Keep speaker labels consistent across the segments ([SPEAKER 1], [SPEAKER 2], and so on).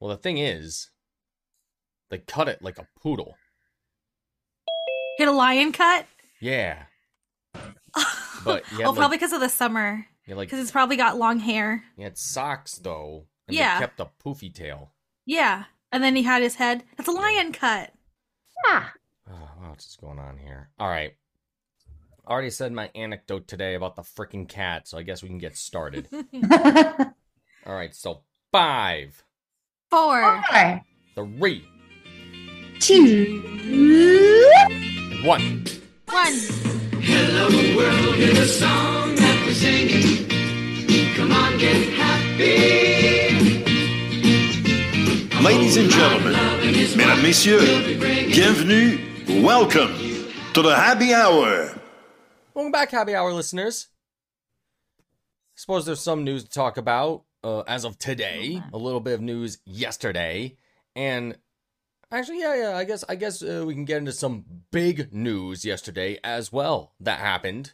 [SPEAKER 1] Well, the thing is, they cut it like a poodle.
[SPEAKER 2] Get a lion cut?
[SPEAKER 1] Yeah, But you had,
[SPEAKER 2] oh,
[SPEAKER 1] like-
[SPEAKER 2] probably because of the summer.
[SPEAKER 1] you like
[SPEAKER 2] Because it's probably got long hair.
[SPEAKER 1] you had socks though, and
[SPEAKER 2] Yeah.
[SPEAKER 1] they kept a poofy tail.
[SPEAKER 2] Yeah. And then he had his head. That's a lion cut.
[SPEAKER 3] Ah,
[SPEAKER 1] Oh, what's just going on here? All right. Already said my anecdote today about the freaking cat, so I guess we can get started. All right, so five,
[SPEAKER 2] Four.
[SPEAKER 3] four,
[SPEAKER 1] three,
[SPEAKER 3] two,
[SPEAKER 1] and one.
[SPEAKER 2] One.
[SPEAKER 4] Ladies and gentlemen, mesdames, messieurs, bienvenue, welcome to the happy hour.
[SPEAKER 1] Welcome back, Happy Hour listeners. Suppose there's some news to talk about uh, as of today. A little bit of news yesterday, and actually, yeah, yeah. I guess I guess uh, we can get into some big news yesterday as well that happened.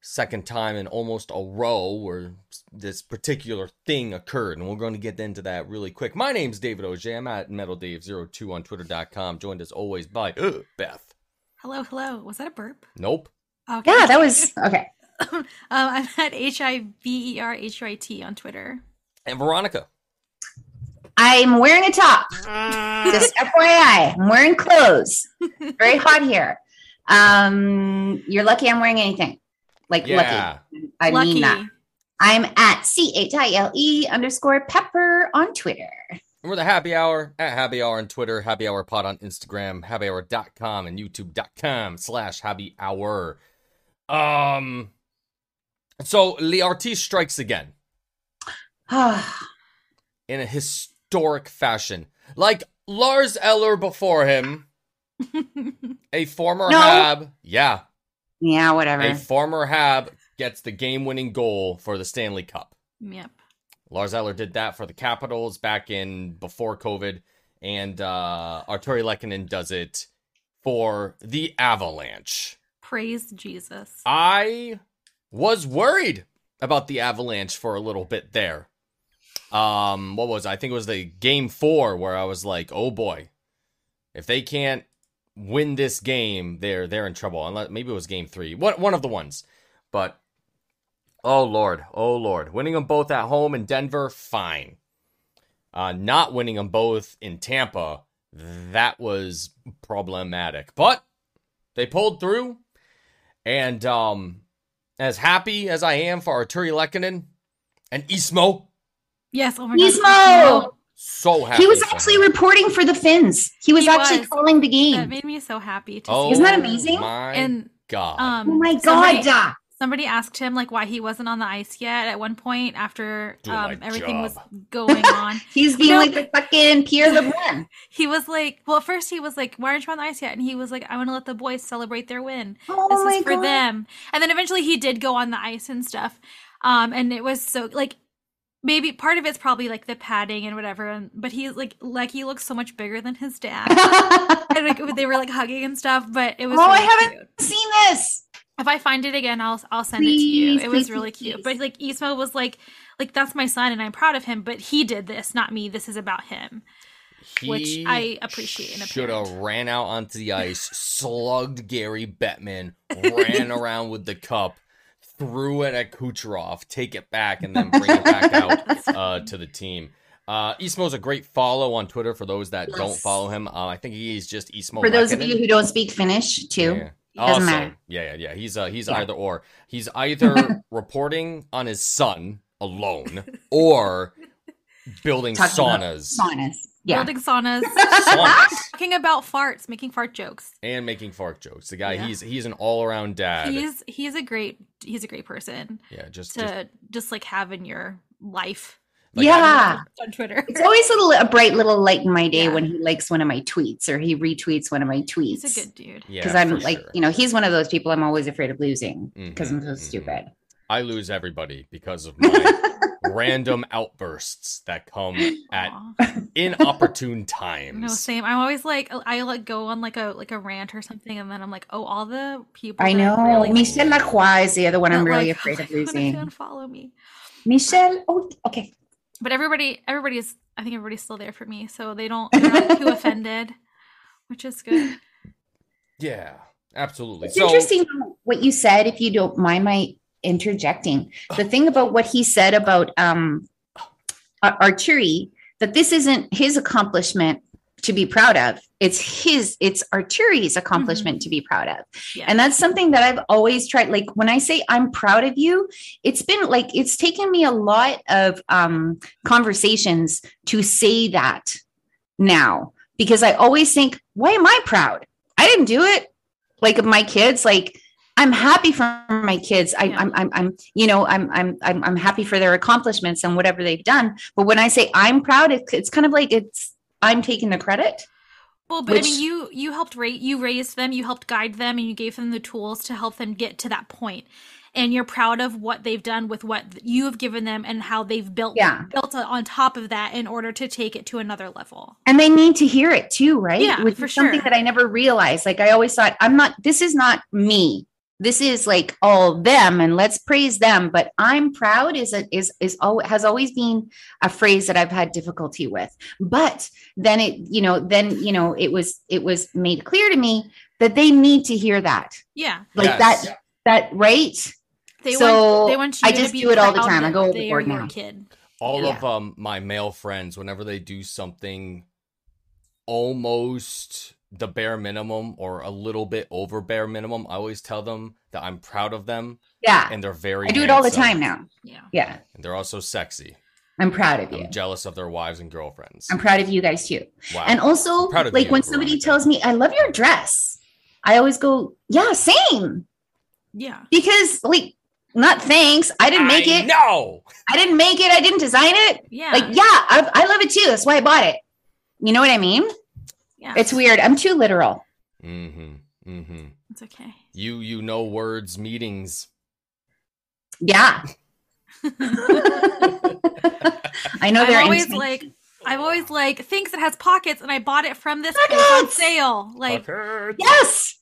[SPEAKER 1] Second time in almost a row where this particular thing occurred, and we're going to get into that really quick. My name's David OJ. I'm at MetalDave02 on Twitter.com. Joined as always by uh, Beth.
[SPEAKER 2] Hello, hello. Was that a burp?
[SPEAKER 1] Nope.
[SPEAKER 2] Okay.
[SPEAKER 3] yeah, that was okay.
[SPEAKER 2] um, I'm at H I V E R H I T on Twitter.
[SPEAKER 1] And Veronica.
[SPEAKER 3] I'm wearing a top. Just FYI, I'm wearing clothes. Very hot here. Um, you're lucky I'm wearing anything. Like
[SPEAKER 1] Yeah.
[SPEAKER 3] lucky. I mean that. I'm at C H I L E underscore pepper on Twitter.
[SPEAKER 1] We're the Happy Hour at Happy Hour on Twitter, Happy Hour Pod on Instagram, happyhour.com and youtube.com slash happy hour. Um so Le Artiste strikes again in a historic fashion. Like Lars Eller before him, a former
[SPEAKER 3] No.
[SPEAKER 1] Hab, yeah,
[SPEAKER 3] yeah, whatever.
[SPEAKER 1] a former Hab gets the game-winning goal for the Stanley Cup.
[SPEAKER 2] yep.
[SPEAKER 1] Lars Eller did that for the Capitals back in before COVID, and uh, Arturi Lekkinen does it for the Avalanche.
[SPEAKER 2] Praise Jesus.
[SPEAKER 1] I was worried about the Avalanche for a little bit there. Um, what was it? I think it was the game four where I was like, oh boy, if they can't win this game, they're they're in trouble. Unless maybe it was game three, one one of the ones, but oh lord, oh lord, winning them both at home in Denver, fine. Uh, not winning them both in Tampa, that was problematic. But they pulled through. And um, as happy as I am for Arturi Lekkinen and Ismo,
[SPEAKER 2] Yes. Oh my God.
[SPEAKER 3] Gizmo!
[SPEAKER 1] so happy.
[SPEAKER 3] He was
[SPEAKER 1] for
[SPEAKER 3] actually
[SPEAKER 1] him.
[SPEAKER 3] reporting for the Finns. He was
[SPEAKER 2] He
[SPEAKER 3] actually
[SPEAKER 2] was.
[SPEAKER 3] calling the
[SPEAKER 2] That
[SPEAKER 3] game.
[SPEAKER 2] made me so happy to
[SPEAKER 1] Oh,
[SPEAKER 2] see.
[SPEAKER 3] Isn't that amazing?
[SPEAKER 1] My
[SPEAKER 2] And
[SPEAKER 1] God,
[SPEAKER 2] um,
[SPEAKER 3] oh my
[SPEAKER 2] somebody-
[SPEAKER 3] God. uh,
[SPEAKER 2] somebody asked him like why he wasn't on the ice yet at one point after
[SPEAKER 1] Doing my
[SPEAKER 2] um, everything was
[SPEAKER 1] job.
[SPEAKER 2] going on
[SPEAKER 3] He's being
[SPEAKER 2] No.
[SPEAKER 3] like the fucking Pierre LeBrun.
[SPEAKER 2] he was like well at first he was like why aren't you on the ice yet and he was like i want to let the boys celebrate their win
[SPEAKER 3] Oh
[SPEAKER 2] this
[SPEAKER 3] my
[SPEAKER 2] is for
[SPEAKER 3] God.
[SPEAKER 2] them and then eventually he did go on the ice and stuff um and it was so like maybe part of it's probably like the padding and whatever and but he's like like he looks so much bigger than his dad
[SPEAKER 3] oh,
[SPEAKER 2] and like they were like hugging and stuff but it was
[SPEAKER 3] I
[SPEAKER 2] really
[SPEAKER 3] haven't
[SPEAKER 2] cute.
[SPEAKER 3] seen this.
[SPEAKER 2] If I find it again, I'll I'll send it
[SPEAKER 3] Please,
[SPEAKER 2] to you. It
[SPEAKER 3] please,
[SPEAKER 2] was really
[SPEAKER 3] please,
[SPEAKER 2] cute. But like Ismo was like, like that's my son, and I'm proud of him. But he did this, not me. This is about him. which
[SPEAKER 1] He
[SPEAKER 2] I appreciate in a
[SPEAKER 1] Should have
[SPEAKER 2] parent.
[SPEAKER 1] ran out onto the ice, slugged Gary Bettman, ran around with the cup, threw it at Kucherov, take it back, and then bring it back out uh, to the team. Uh, Ismo's a great follow on Twitter for those that don't
[SPEAKER 3] Yes.
[SPEAKER 1] follow him. Uh, I think he's just Ismo.
[SPEAKER 3] For those of
[SPEAKER 1] Lekkinen.
[SPEAKER 3] you who don't speak Finnish, too.
[SPEAKER 1] Yeah.
[SPEAKER 3] doesn't
[SPEAKER 1] Also, yeah,
[SPEAKER 3] matter.
[SPEAKER 1] yeah, yeah. He's uh, he's
[SPEAKER 3] Yeah.
[SPEAKER 1] either or. He's either reporting on his son alone or building
[SPEAKER 3] Talking about
[SPEAKER 1] saunas,
[SPEAKER 3] Saunas. Yeah.
[SPEAKER 2] Building saunas,
[SPEAKER 1] saunas,
[SPEAKER 2] talking about farts, making fart jokes.
[SPEAKER 1] and making fart jokes. The guy,
[SPEAKER 2] Yeah.
[SPEAKER 1] he's he's an all around dad.
[SPEAKER 2] He's he's a great he's a great person
[SPEAKER 1] yeah, just,
[SPEAKER 2] to
[SPEAKER 1] just
[SPEAKER 2] just, like have in your life
[SPEAKER 1] like,
[SPEAKER 3] yeah.
[SPEAKER 2] on Twitter.
[SPEAKER 3] It's always a, little, a bright little light in my day
[SPEAKER 2] Yeah.
[SPEAKER 3] when he likes one of my tweets or he retweets one of my tweets.
[SPEAKER 2] He's a good dude.
[SPEAKER 1] yeah,
[SPEAKER 3] because I'm like, you know, he's one of those people I'm always afraid of losing
[SPEAKER 2] Mm-hmm,
[SPEAKER 3] because I'm so stupid.
[SPEAKER 1] I lose everybody because of my random outbursts that come at
[SPEAKER 2] Aw.
[SPEAKER 1] inopportune times.
[SPEAKER 2] No, same. I'm always like I like go on like a like a rant or something, and then I'm like, oh, all the people.
[SPEAKER 3] I
[SPEAKER 2] that
[SPEAKER 3] know.
[SPEAKER 2] really
[SPEAKER 3] Michelle Lacroix is the other one I'm
[SPEAKER 2] don't
[SPEAKER 3] really
[SPEAKER 2] like, oh
[SPEAKER 3] afraid of
[SPEAKER 2] my God, if you
[SPEAKER 3] losing.
[SPEAKER 2] Unfollow me.
[SPEAKER 3] Michelle, oh, okay.
[SPEAKER 2] but everybody everybody's i think everybody's still there for me so they don't they're not too offended which is good
[SPEAKER 1] Yeah, absolutely.
[SPEAKER 3] It's
[SPEAKER 1] so,
[SPEAKER 3] interesting what you said, if you don't mind my interjecting. The thing about what he said about um, Ar- Arturi, that this isn't his accomplishment to be proud of. It's his, it's Arturi's accomplishment to be proud of.
[SPEAKER 2] Yeah.
[SPEAKER 3] And that's something that I've always tried. Like when I say I'm proud of you, it's been like, it's taken me a lot of um, conversations to say that now because I always think, why am I proud? I didn't do it. Like of my kids, like I'm happy for my kids. I,
[SPEAKER 2] Yeah.
[SPEAKER 3] I'm, I'm, I'm, you know, I'm, I'm, I'm, I'm happy for their accomplishments and whatever they've done. But when I say I'm proud, it's, it's kind of like it's I'm taking the credit.
[SPEAKER 2] well but i
[SPEAKER 3] Which-
[SPEAKER 2] mean you you helped rate you raised them you helped guide them and you gave them the tools to help them get to that point and you're proud of what they've done with what th- you have given them and how they've built
[SPEAKER 3] Yeah.
[SPEAKER 2] built on- on top of that in order to take it to another level
[SPEAKER 3] And they need to hear it too, right?
[SPEAKER 2] Yeah,
[SPEAKER 3] Which
[SPEAKER 2] for
[SPEAKER 3] is something
[SPEAKER 2] sure.
[SPEAKER 3] that I never realized. Like I always thought, I'm not. This is not me. This is like all them, and let's praise them. But I'm proud is a, is is al- has always been a phrase that I've had difficulty with. But then it, you know, then you know, it was it was made clear to me that they need to hear that,
[SPEAKER 2] yeah
[SPEAKER 3] like
[SPEAKER 1] Yes.
[SPEAKER 3] that that right.
[SPEAKER 2] they
[SPEAKER 3] So,
[SPEAKER 2] want they want you
[SPEAKER 3] I
[SPEAKER 2] to
[SPEAKER 3] just
[SPEAKER 2] be
[SPEAKER 3] do it all the
[SPEAKER 2] proud
[SPEAKER 3] time.
[SPEAKER 2] that
[SPEAKER 3] I go
[SPEAKER 2] they
[SPEAKER 3] overboard
[SPEAKER 2] are your
[SPEAKER 3] now.
[SPEAKER 2] kid
[SPEAKER 1] all
[SPEAKER 3] Yeah.
[SPEAKER 1] of um my male friends whenever they do something almost the bare minimum or a little bit over bare minimum i always tell them that i'm proud of them
[SPEAKER 3] Yeah,
[SPEAKER 1] and they're very
[SPEAKER 3] I do it all the
[SPEAKER 1] handsome.
[SPEAKER 3] time now.
[SPEAKER 2] yeah
[SPEAKER 3] Yeah,
[SPEAKER 1] and they're also sexy
[SPEAKER 3] I'm proud of you.
[SPEAKER 1] i'm jealous of their wives and girlfriends
[SPEAKER 3] I'm proud of you guys too.
[SPEAKER 1] wow
[SPEAKER 3] And also,
[SPEAKER 1] I'm proud of
[SPEAKER 3] like
[SPEAKER 1] you,
[SPEAKER 3] when somebody
[SPEAKER 1] Veronica.
[SPEAKER 3] tells me, I love your dress, I always go, yeah, same.
[SPEAKER 2] yeah
[SPEAKER 3] Because, like, not thanks. I didn't make it.
[SPEAKER 1] no
[SPEAKER 3] I didn't make it. I didn't design it.
[SPEAKER 2] yeah
[SPEAKER 3] Like, yeah, I, I love it too. That's why I bought it. You know what I mean?
[SPEAKER 2] yeah
[SPEAKER 3] It's weird. I'm too literal.
[SPEAKER 1] mm-hmm mm-hmm
[SPEAKER 2] it's okay
[SPEAKER 1] you you know words meetings
[SPEAKER 3] Yeah. I know they're
[SPEAKER 2] I'm always
[SPEAKER 3] insane.
[SPEAKER 2] like, I'm always like, thinks it has pockets, and I bought it from this place on
[SPEAKER 3] Pockets!
[SPEAKER 2] sale. Like,
[SPEAKER 1] Fuckers.
[SPEAKER 3] yes.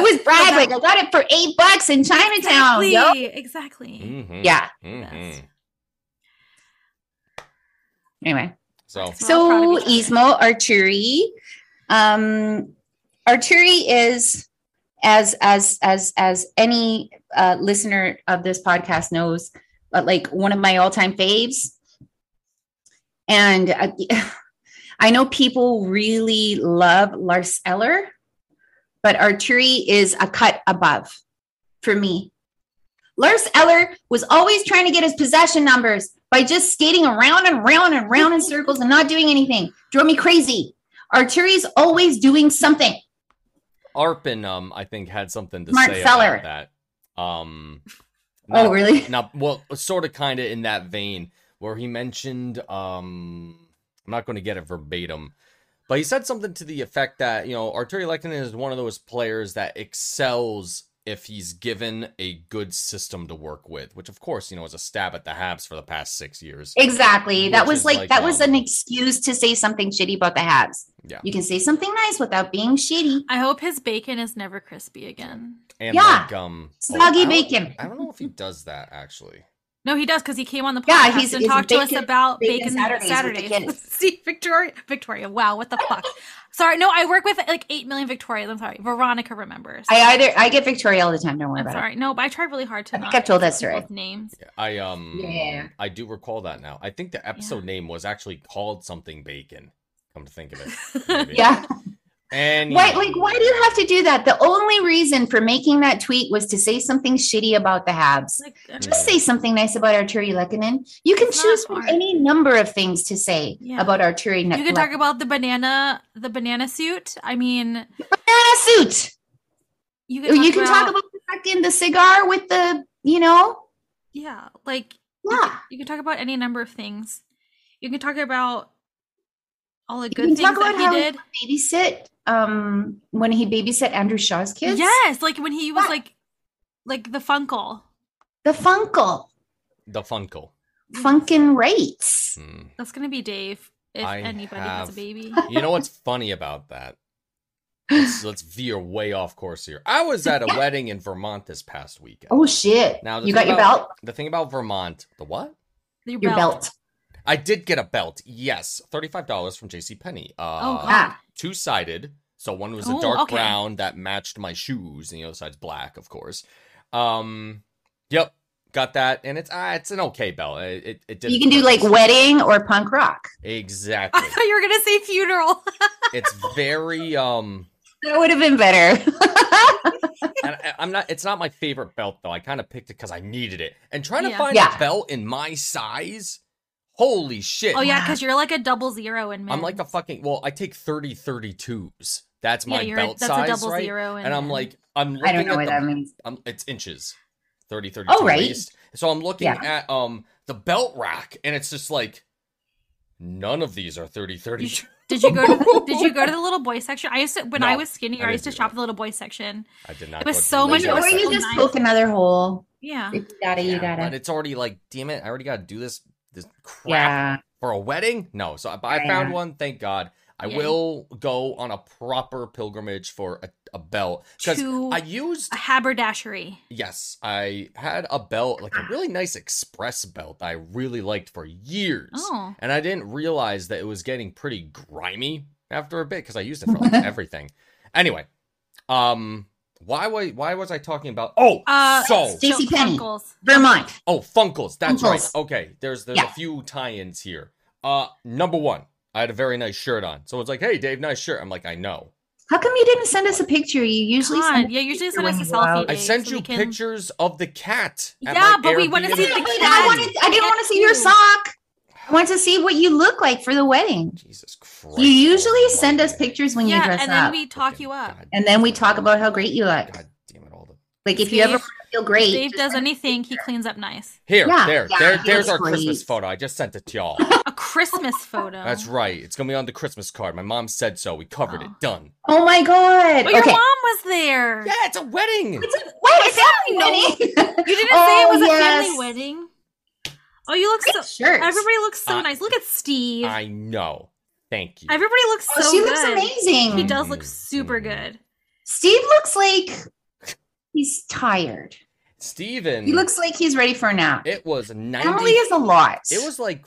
[SPEAKER 3] was brag like I got it for eight bucks in Chinatown.
[SPEAKER 2] exactly,
[SPEAKER 3] yo.
[SPEAKER 2] exactly.
[SPEAKER 1] Mhm,
[SPEAKER 3] Yeah.
[SPEAKER 1] mhm.
[SPEAKER 3] Anyway.
[SPEAKER 1] so
[SPEAKER 2] We're all proud
[SPEAKER 3] So
[SPEAKER 2] of each
[SPEAKER 3] Ismo Arturi, um, Arturi is as as as as any uh, listener of this podcast knows, but like one of my all time faves. And uh, I know people really love Lars Eller, but Arturi is a cut above for me. Lars Eller was always trying to get his possession numbers by just skating around and round and round in circles and not doing anything. Drove me crazy. Arturi's always doing something.
[SPEAKER 1] Arpin, um, I think had something to
[SPEAKER 3] Mark
[SPEAKER 1] say
[SPEAKER 3] Feller.
[SPEAKER 1] about that. Um,
[SPEAKER 3] Oh,
[SPEAKER 1] not-
[SPEAKER 3] really?
[SPEAKER 1] Not well, sort of, kind of in that vein where he mentioned, um, I'm not going to get it verbatim, but he said something to the effect that you know Arturi Lekanen is one of those players that excels if he's given a good system to work with, which of course you know is a stab at the Habs for the past six years.
[SPEAKER 3] Exactly. That
[SPEAKER 1] Which
[SPEAKER 3] was
[SPEAKER 1] is
[SPEAKER 3] like,
[SPEAKER 1] like,
[SPEAKER 3] that was
[SPEAKER 1] um,
[SPEAKER 3] an excuse to say something shitty about the Habs.
[SPEAKER 1] Yeah.
[SPEAKER 3] You can say something nice without being shitty.
[SPEAKER 2] I hope his bacon is never crispy again.
[SPEAKER 1] And
[SPEAKER 3] Yeah.
[SPEAKER 1] like, um, oh, I
[SPEAKER 3] Soggy
[SPEAKER 1] don't-
[SPEAKER 3] bacon.
[SPEAKER 1] I don't know if he does that actually.
[SPEAKER 2] No, he does because he came on the podcast
[SPEAKER 3] Yeah, he's-
[SPEAKER 2] and
[SPEAKER 3] he's
[SPEAKER 2] talked to
[SPEAKER 3] bacon-
[SPEAKER 2] us about bacon,
[SPEAKER 3] bacon Saturdays with
[SPEAKER 2] Saturdays.
[SPEAKER 3] the kids.
[SPEAKER 2] See, Victoria, Victoria. Wow, what the fuck? Sorry, no, I work with like eight million Victorias. I'm sorry, Veronica remembers.
[SPEAKER 3] I either I get Victoria all the time. Don't worry
[SPEAKER 2] am
[SPEAKER 3] about
[SPEAKER 2] sorry. No, but I tried really hard to
[SPEAKER 3] I think
[SPEAKER 2] not
[SPEAKER 3] I've told that
[SPEAKER 2] say
[SPEAKER 3] story.
[SPEAKER 2] people's names.
[SPEAKER 1] I um
[SPEAKER 3] Yeah.
[SPEAKER 1] I do recall that now. I think the episode name was actually called something bacon. Come to think of it.
[SPEAKER 3] it.
[SPEAKER 1] maybe.
[SPEAKER 3] Yeah.
[SPEAKER 1] And
[SPEAKER 3] Why, like, why do you have to do that? The only reason for making that tweet was to say something shitty about the Habs.
[SPEAKER 2] Like, uh, I
[SPEAKER 1] Yeah.
[SPEAKER 3] Just say something nice about Arturi Lekkonen. You can
[SPEAKER 2] It's not
[SPEAKER 3] choose from
[SPEAKER 2] hard.
[SPEAKER 3] any number of things to say
[SPEAKER 2] Yeah.
[SPEAKER 3] about Arturi
[SPEAKER 2] mean, you could talk
[SPEAKER 3] Lekkonen.
[SPEAKER 2] about the banana, the banana suit. I mean,
[SPEAKER 3] Banana suit.
[SPEAKER 2] you could
[SPEAKER 3] Oh, You,
[SPEAKER 2] talk
[SPEAKER 3] can
[SPEAKER 2] about,
[SPEAKER 3] talk about the fucking the cigar with the, you know,
[SPEAKER 2] yeah like you
[SPEAKER 3] yeah.
[SPEAKER 2] can, you can talk about any number of things you can talk about all the
[SPEAKER 3] You
[SPEAKER 2] good
[SPEAKER 3] can talk
[SPEAKER 2] things that
[SPEAKER 3] about
[SPEAKER 2] he
[SPEAKER 3] how-
[SPEAKER 2] did
[SPEAKER 3] Babysit um when he babysit Andrew Shaw's kids.
[SPEAKER 2] yes like when he was
[SPEAKER 3] Yeah.
[SPEAKER 2] like like the funkle
[SPEAKER 3] The Funkle.
[SPEAKER 1] the Funkel?
[SPEAKER 3] Funkin' rates.
[SPEAKER 1] Hmm.
[SPEAKER 2] that's gonna be dave if
[SPEAKER 1] I
[SPEAKER 2] anybody has a
[SPEAKER 1] have-
[SPEAKER 2] baby
[SPEAKER 1] You know what's funny about that? Let's, let's veer way off course here. I was at a wedding in Vermont this past weekend.
[SPEAKER 3] Oh shit.
[SPEAKER 1] Now, the
[SPEAKER 3] you
[SPEAKER 1] thing
[SPEAKER 3] got your
[SPEAKER 1] about-
[SPEAKER 3] belt?
[SPEAKER 1] The thing about Vermont, the what?
[SPEAKER 2] your,
[SPEAKER 3] Your belt.
[SPEAKER 1] I did get a belt. Yes, thirty-five dollars from J.C. Penney. Uh,
[SPEAKER 2] Oh, God.
[SPEAKER 3] Ah,
[SPEAKER 1] two-sided. So one was
[SPEAKER 2] Oh,
[SPEAKER 1] a dark
[SPEAKER 2] okay.
[SPEAKER 1] brown that matched my shoes, and the other side's black, of course. Um, yep, got that, and it's uh, it's an okay belt. It it, it did.
[SPEAKER 3] you can do like wedding or punk rock.
[SPEAKER 1] exactly.
[SPEAKER 2] I thought you were gonna say funeral.
[SPEAKER 1] it's very um.
[SPEAKER 3] That would have been better.
[SPEAKER 1] and I, I'm not. It's not my favorite belt though. I kind of picked it because I needed it, and trying to
[SPEAKER 2] Yeah.
[SPEAKER 1] find
[SPEAKER 3] Yeah.
[SPEAKER 1] a belt in my size. Holy shit!
[SPEAKER 2] oh yeah, because you're like a double zero in men.
[SPEAKER 1] I'm like a fucking. Well, I take 30 32s. That's
[SPEAKER 2] yeah,
[SPEAKER 1] my
[SPEAKER 2] you're
[SPEAKER 1] belt
[SPEAKER 2] that's
[SPEAKER 1] size,
[SPEAKER 2] a double
[SPEAKER 1] right?
[SPEAKER 2] zero, in
[SPEAKER 1] and I'm
[SPEAKER 2] men.
[SPEAKER 1] like, I'm
[SPEAKER 3] I
[SPEAKER 1] looking
[SPEAKER 3] don't know
[SPEAKER 1] at
[SPEAKER 3] what
[SPEAKER 1] the,
[SPEAKER 3] that means.
[SPEAKER 1] I'm, it's inches, 30 32
[SPEAKER 3] Oh, right.
[SPEAKER 1] waist. So I'm looking
[SPEAKER 3] Yeah.
[SPEAKER 1] at um the belt rack, and it's just like none of these are 30 32.
[SPEAKER 2] did you go to the, did you go to the little boy section? I used to when I
[SPEAKER 1] No,
[SPEAKER 2] was skinnier,
[SPEAKER 1] I
[SPEAKER 2] I,
[SPEAKER 1] didn't
[SPEAKER 2] used to
[SPEAKER 1] do
[SPEAKER 2] shop
[SPEAKER 1] that.
[SPEAKER 2] at the little boy section.
[SPEAKER 1] I did not.
[SPEAKER 2] It was
[SPEAKER 1] go to
[SPEAKER 2] so Uh-huh.
[SPEAKER 1] the
[SPEAKER 2] much
[SPEAKER 1] ladies'
[SPEAKER 2] work.
[SPEAKER 3] or you
[SPEAKER 1] section.
[SPEAKER 3] just poke another hole.
[SPEAKER 2] Yeah,
[SPEAKER 3] If you gotta, you
[SPEAKER 1] Yeah,
[SPEAKER 3] gotta.
[SPEAKER 1] but it's already like, damn it, I already got to do this this crap
[SPEAKER 3] yeah.
[SPEAKER 1] for a wedding? No. So but I
[SPEAKER 3] Yeah.
[SPEAKER 1] found one. Thank God. I
[SPEAKER 2] Yeah.
[SPEAKER 1] will go on a proper pilgrimage for a, a belt because
[SPEAKER 2] to
[SPEAKER 1] I used
[SPEAKER 2] a haberdashery.
[SPEAKER 1] yes, I had a belt like a really nice express belt that I really liked for years,
[SPEAKER 2] Oh,
[SPEAKER 1] and I didn't realize that it was getting pretty grimy after a bit because I used it for like everything. Anyway, um, why was why was I talking about? Oh,
[SPEAKER 2] Uh,
[SPEAKER 1] so
[SPEAKER 3] J.C.
[SPEAKER 2] Joe
[SPEAKER 3] Penney.
[SPEAKER 2] Funkles.
[SPEAKER 3] Vermont.
[SPEAKER 1] Oh, Funkles. That's right.
[SPEAKER 3] Funkles.
[SPEAKER 1] Okay. There's there's a
[SPEAKER 3] Yeah.
[SPEAKER 1] few tie-ins here. Uh number one, I had a very nice shirt on. So it's like, hey Dave, nice shirt. I'm like, I know.
[SPEAKER 3] How come you didn't send us a picture? You usually
[SPEAKER 2] God,
[SPEAKER 3] send
[SPEAKER 2] yeah, usually send
[SPEAKER 3] when
[SPEAKER 2] us a
[SPEAKER 3] you go out.
[SPEAKER 2] selfie.
[SPEAKER 1] I
[SPEAKER 2] Dave,
[SPEAKER 1] sent
[SPEAKER 2] so
[SPEAKER 1] you
[SPEAKER 2] we can-
[SPEAKER 1] pictures of the cat. at
[SPEAKER 2] Yeah,
[SPEAKER 1] my
[SPEAKER 2] but we wanna
[SPEAKER 1] Airbnb.
[SPEAKER 2] see
[SPEAKER 3] Yeah,
[SPEAKER 2] the
[SPEAKER 3] but I wanted I didn't want to see your sock. I wanted to see what you look like for the wedding.
[SPEAKER 1] Jesus Christ.
[SPEAKER 3] You usually send us
[SPEAKER 1] Almighty.
[SPEAKER 3] pictures when you
[SPEAKER 2] Yeah,
[SPEAKER 3] dress
[SPEAKER 2] and then
[SPEAKER 3] up.
[SPEAKER 2] we talk
[SPEAKER 1] Frickin'
[SPEAKER 2] you up.
[SPEAKER 1] God-
[SPEAKER 3] and then we talk about how great you look.
[SPEAKER 1] God damn it all the
[SPEAKER 3] Like if you ever
[SPEAKER 2] Dave-
[SPEAKER 3] want to feel great.
[SPEAKER 2] Dave
[SPEAKER 3] just
[SPEAKER 2] does
[SPEAKER 3] send-
[SPEAKER 2] anything, he cleans up nice.
[SPEAKER 1] Here,
[SPEAKER 3] Yeah,
[SPEAKER 1] there,
[SPEAKER 3] yeah,
[SPEAKER 1] there,
[SPEAKER 3] it
[SPEAKER 1] there's our
[SPEAKER 3] looks
[SPEAKER 1] Christmas
[SPEAKER 3] great.
[SPEAKER 1] photo. I just sent it to y'all.
[SPEAKER 2] A Christmas photo.
[SPEAKER 1] That's right. It's gonna be on the Christmas card. My mom said so. We covered it.
[SPEAKER 2] Oh.
[SPEAKER 1] Done.
[SPEAKER 3] Oh my god.
[SPEAKER 2] But your
[SPEAKER 3] okay.
[SPEAKER 2] mom was there.
[SPEAKER 1] Yeah, it's a wedding.
[SPEAKER 3] It's a- what is happening?
[SPEAKER 2] You didn't say
[SPEAKER 3] Oh,
[SPEAKER 2] it was a
[SPEAKER 3] yes.
[SPEAKER 2] family wedding. Oh, you look so.
[SPEAKER 3] Shirt.
[SPEAKER 2] Everybody looks so
[SPEAKER 1] I-
[SPEAKER 2] nice. Look at Steve.
[SPEAKER 1] I know. Thank you.
[SPEAKER 2] Everybody looks
[SPEAKER 3] Oh,
[SPEAKER 2] so
[SPEAKER 3] she
[SPEAKER 2] good.
[SPEAKER 3] looks amazing.
[SPEAKER 2] He does look
[SPEAKER 1] Mhm.
[SPEAKER 2] super good.
[SPEAKER 3] Steve looks like he's tired.
[SPEAKER 1] Steven
[SPEAKER 3] He looks like he's ready for a nap.
[SPEAKER 1] Mm. It was 90.
[SPEAKER 3] Emily is a lot.
[SPEAKER 1] it was like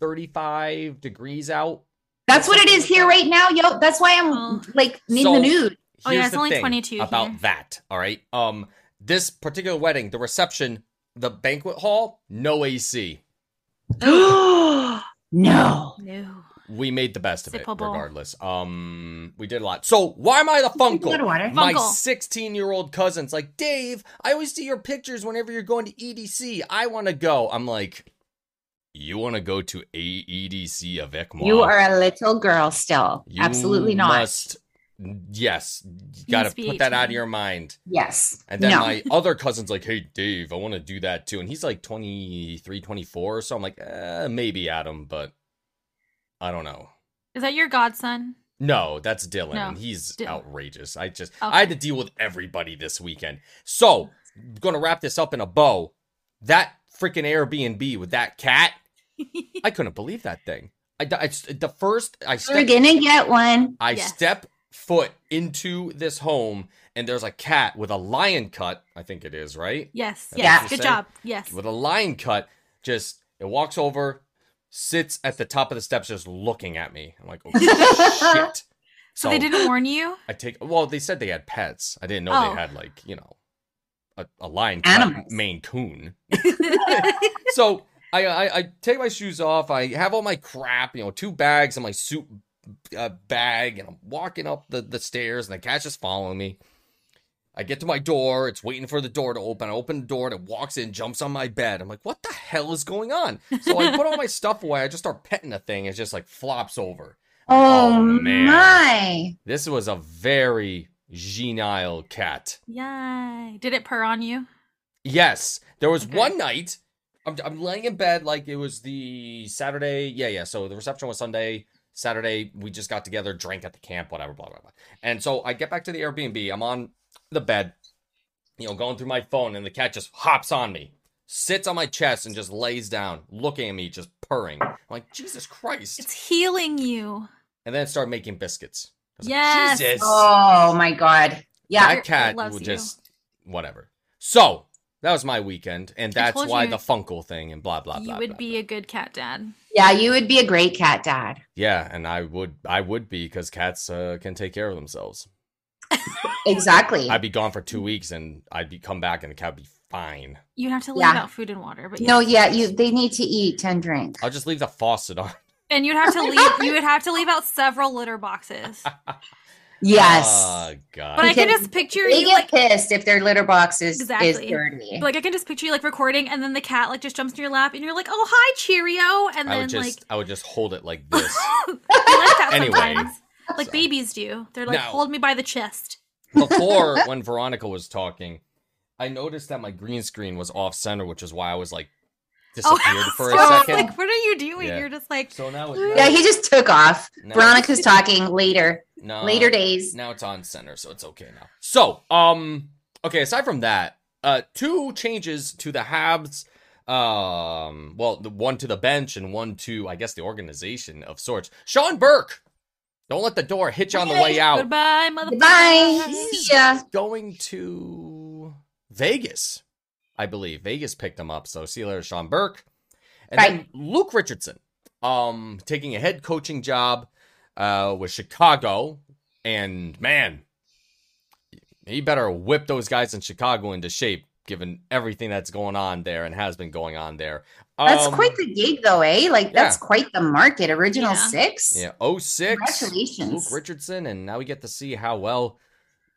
[SPEAKER 1] 35 degrees out.
[SPEAKER 3] That's what it is here right now, yo. That's why I'm
[SPEAKER 2] Oh.
[SPEAKER 3] like in
[SPEAKER 1] So-
[SPEAKER 3] the nude.
[SPEAKER 2] Oh, yeah,
[SPEAKER 1] Here's
[SPEAKER 2] it's
[SPEAKER 1] the
[SPEAKER 2] only
[SPEAKER 1] thing
[SPEAKER 2] 22
[SPEAKER 1] about
[SPEAKER 2] here.
[SPEAKER 1] that. All right. Um, this particular wedding, the reception, the banquet hall, no AC.
[SPEAKER 3] no.
[SPEAKER 2] No.
[SPEAKER 1] We made the best of it,
[SPEAKER 2] Sippable.
[SPEAKER 1] regardless. Um, we did a lot. So why am I the
[SPEAKER 3] Water,
[SPEAKER 1] Funkle?
[SPEAKER 3] water.
[SPEAKER 1] My
[SPEAKER 2] Funkle.
[SPEAKER 1] 16 year old cousin's like, Dave, I always see your pictures whenever you're going to EDC. I want to go. I'm like, you want to go to AEDC of ECMO?
[SPEAKER 3] You are a little girl still.
[SPEAKER 1] You
[SPEAKER 3] Absolutely not.
[SPEAKER 1] Must, yes, you gotta
[SPEAKER 2] must be
[SPEAKER 1] put that out of
[SPEAKER 2] 18.
[SPEAKER 1] your mind.
[SPEAKER 3] Yes.
[SPEAKER 1] And then
[SPEAKER 3] no.
[SPEAKER 1] my other cousin's like, "Hey, Dave, I want to do that too," and he's like 23, 24. So I'm like, eh, maybe Adam, but I don't know.
[SPEAKER 2] Is that your godson?
[SPEAKER 1] No, that's Dylan,
[SPEAKER 2] No,
[SPEAKER 1] and he's
[SPEAKER 2] Dylan.
[SPEAKER 1] outrageous. I just
[SPEAKER 2] Okay.
[SPEAKER 1] I had to deal with everybody this weekend. So I'm gonna wrap this up in a bow. That freaking Airbnb with that cat, I couldn't believe that thing. I, I the first I
[SPEAKER 3] We're
[SPEAKER 1] stepped
[SPEAKER 3] gonna get one.
[SPEAKER 1] I
[SPEAKER 2] Yes.
[SPEAKER 1] step foot into this home and there's a cat with a lion cut, I think it is, right?
[SPEAKER 2] yes.
[SPEAKER 1] That's
[SPEAKER 2] Yes.
[SPEAKER 1] what you
[SPEAKER 2] Good
[SPEAKER 1] say.
[SPEAKER 2] job. Yes.
[SPEAKER 1] With a lion cut, just it walks over, sits at the top of the steps just looking at me. I'm like, oh shit.
[SPEAKER 2] So they didn't warn you?
[SPEAKER 1] I take well, they said they had pets. I didn't know
[SPEAKER 2] Oh.
[SPEAKER 1] they had like, you know, a, a lion cut
[SPEAKER 3] Animals.
[SPEAKER 1] Maine coon. so I, I I take my shoes off. I have all my crap, you know, two bags and my suit uh, bag, and I'm walking up the, the stairs, and the cat's just following me. I get to my door. It's waiting for the door to open. I open the door, and it walks in, jumps on my bed. I'm like, what the hell is going on? So I put all my stuff away. I just start petting the thing. It just like flops over.
[SPEAKER 3] Oh,
[SPEAKER 1] Oh, man.
[SPEAKER 3] my.
[SPEAKER 1] This was a very genial cat.
[SPEAKER 2] Yay. Did it purr on you?
[SPEAKER 1] Yes, there was
[SPEAKER 2] Okay.
[SPEAKER 1] one night. I'm, I'm laying in bed like it was the Saturday. Yeah, yeah. So the reception was Sunday. Saturday, we just got together, drank at the camp, whatever, blah, blah, blah. And so I get back to the Airbnb. I'm on the bed, you know, going through my phone, and the cat just hops on me, sits on my chest, and just lays down, looking at me, just purring. I'm like, Jesus Christ.
[SPEAKER 2] It's healing you.
[SPEAKER 1] And then it started making biscuits. I was like,
[SPEAKER 2] Yes.
[SPEAKER 1] Jesus.
[SPEAKER 3] Oh my god. Yeah.
[SPEAKER 2] Your-
[SPEAKER 1] That cat
[SPEAKER 2] it loves
[SPEAKER 1] will
[SPEAKER 2] you.
[SPEAKER 1] just whatever. So That was my weekend, and
[SPEAKER 2] I
[SPEAKER 1] that's
[SPEAKER 2] told
[SPEAKER 1] why
[SPEAKER 2] you-
[SPEAKER 1] the Funkle thing and blah blah blah.
[SPEAKER 2] you would
[SPEAKER 1] blah,
[SPEAKER 2] be
[SPEAKER 1] blah.
[SPEAKER 2] a good cat dad.
[SPEAKER 3] Yeah, you would be a great cat dad.
[SPEAKER 1] yeah, and I would I would be because cats uh, can take care of themselves.
[SPEAKER 3] Exactly.
[SPEAKER 1] I'd be gone for two weeks, and I'd be come back, and the cat would be fine.
[SPEAKER 2] You'd have to leave
[SPEAKER 3] Yeah.
[SPEAKER 2] out food and water, but
[SPEAKER 3] no, yeah, you they need to eat and drink.
[SPEAKER 1] I'll just leave the faucet on.
[SPEAKER 2] and you'd have to leave. You would have to leave out several litter boxes.
[SPEAKER 3] Yes.
[SPEAKER 1] Oh, God.
[SPEAKER 2] But I can
[SPEAKER 3] Because
[SPEAKER 2] just picture
[SPEAKER 3] they
[SPEAKER 2] you like,
[SPEAKER 3] get pissed if their litter box is, is
[SPEAKER 2] Exactly.
[SPEAKER 3] dirty.
[SPEAKER 2] like I can just picture you like recording, and then the cat like just jumps to your lap, and you're like, "Oh, hi, Cheerio," and
[SPEAKER 1] I
[SPEAKER 2] then
[SPEAKER 1] would just
[SPEAKER 2] like
[SPEAKER 1] I would just hold it like this.
[SPEAKER 2] I like that
[SPEAKER 1] Anyway,
[SPEAKER 2] sometimes. Like
[SPEAKER 1] so-
[SPEAKER 2] babies do. They're like,
[SPEAKER 1] No.
[SPEAKER 2] hold me by the chest.
[SPEAKER 1] Before when Veronica was talking, I noticed that my green screen was off center, which is why I was like disappeared for
[SPEAKER 2] Oh, so I
[SPEAKER 1] a
[SPEAKER 2] was
[SPEAKER 1] second.
[SPEAKER 2] Like, what are you doing?
[SPEAKER 1] Yeah.
[SPEAKER 2] You're just like,
[SPEAKER 1] so now it,
[SPEAKER 3] yeah, he just took off.
[SPEAKER 1] now
[SPEAKER 3] Veronica's talking later,
[SPEAKER 1] no,
[SPEAKER 3] later days.
[SPEAKER 1] Now it's on center, so it's okay now. So, um, okay. Aside from that, uh, two changes to the Habs. Um, well, the one to the bench and one to, I guess, the organization of sorts. Sean Burke, don't let the door hit you on the way out.
[SPEAKER 2] goodbye, motherfucker.
[SPEAKER 3] Goodbye. See ya.
[SPEAKER 1] Going to Vegas, I believe. Vegas picked him up. So, see you later, Sean Burke. And then Luke Richardson, um, taking a head coaching job, uh, with Chicago, and man, he better whip those guys in Chicago into shape, given everything that's going on there and has been going on there.
[SPEAKER 3] That's
[SPEAKER 1] Um,
[SPEAKER 3] quite the gig though, eh? Like that's quite the market. Original
[SPEAKER 2] Yeah.
[SPEAKER 3] six.
[SPEAKER 1] yeah. Oh six,
[SPEAKER 3] Congratulations.
[SPEAKER 1] Luke Richardson, and now we get to see how well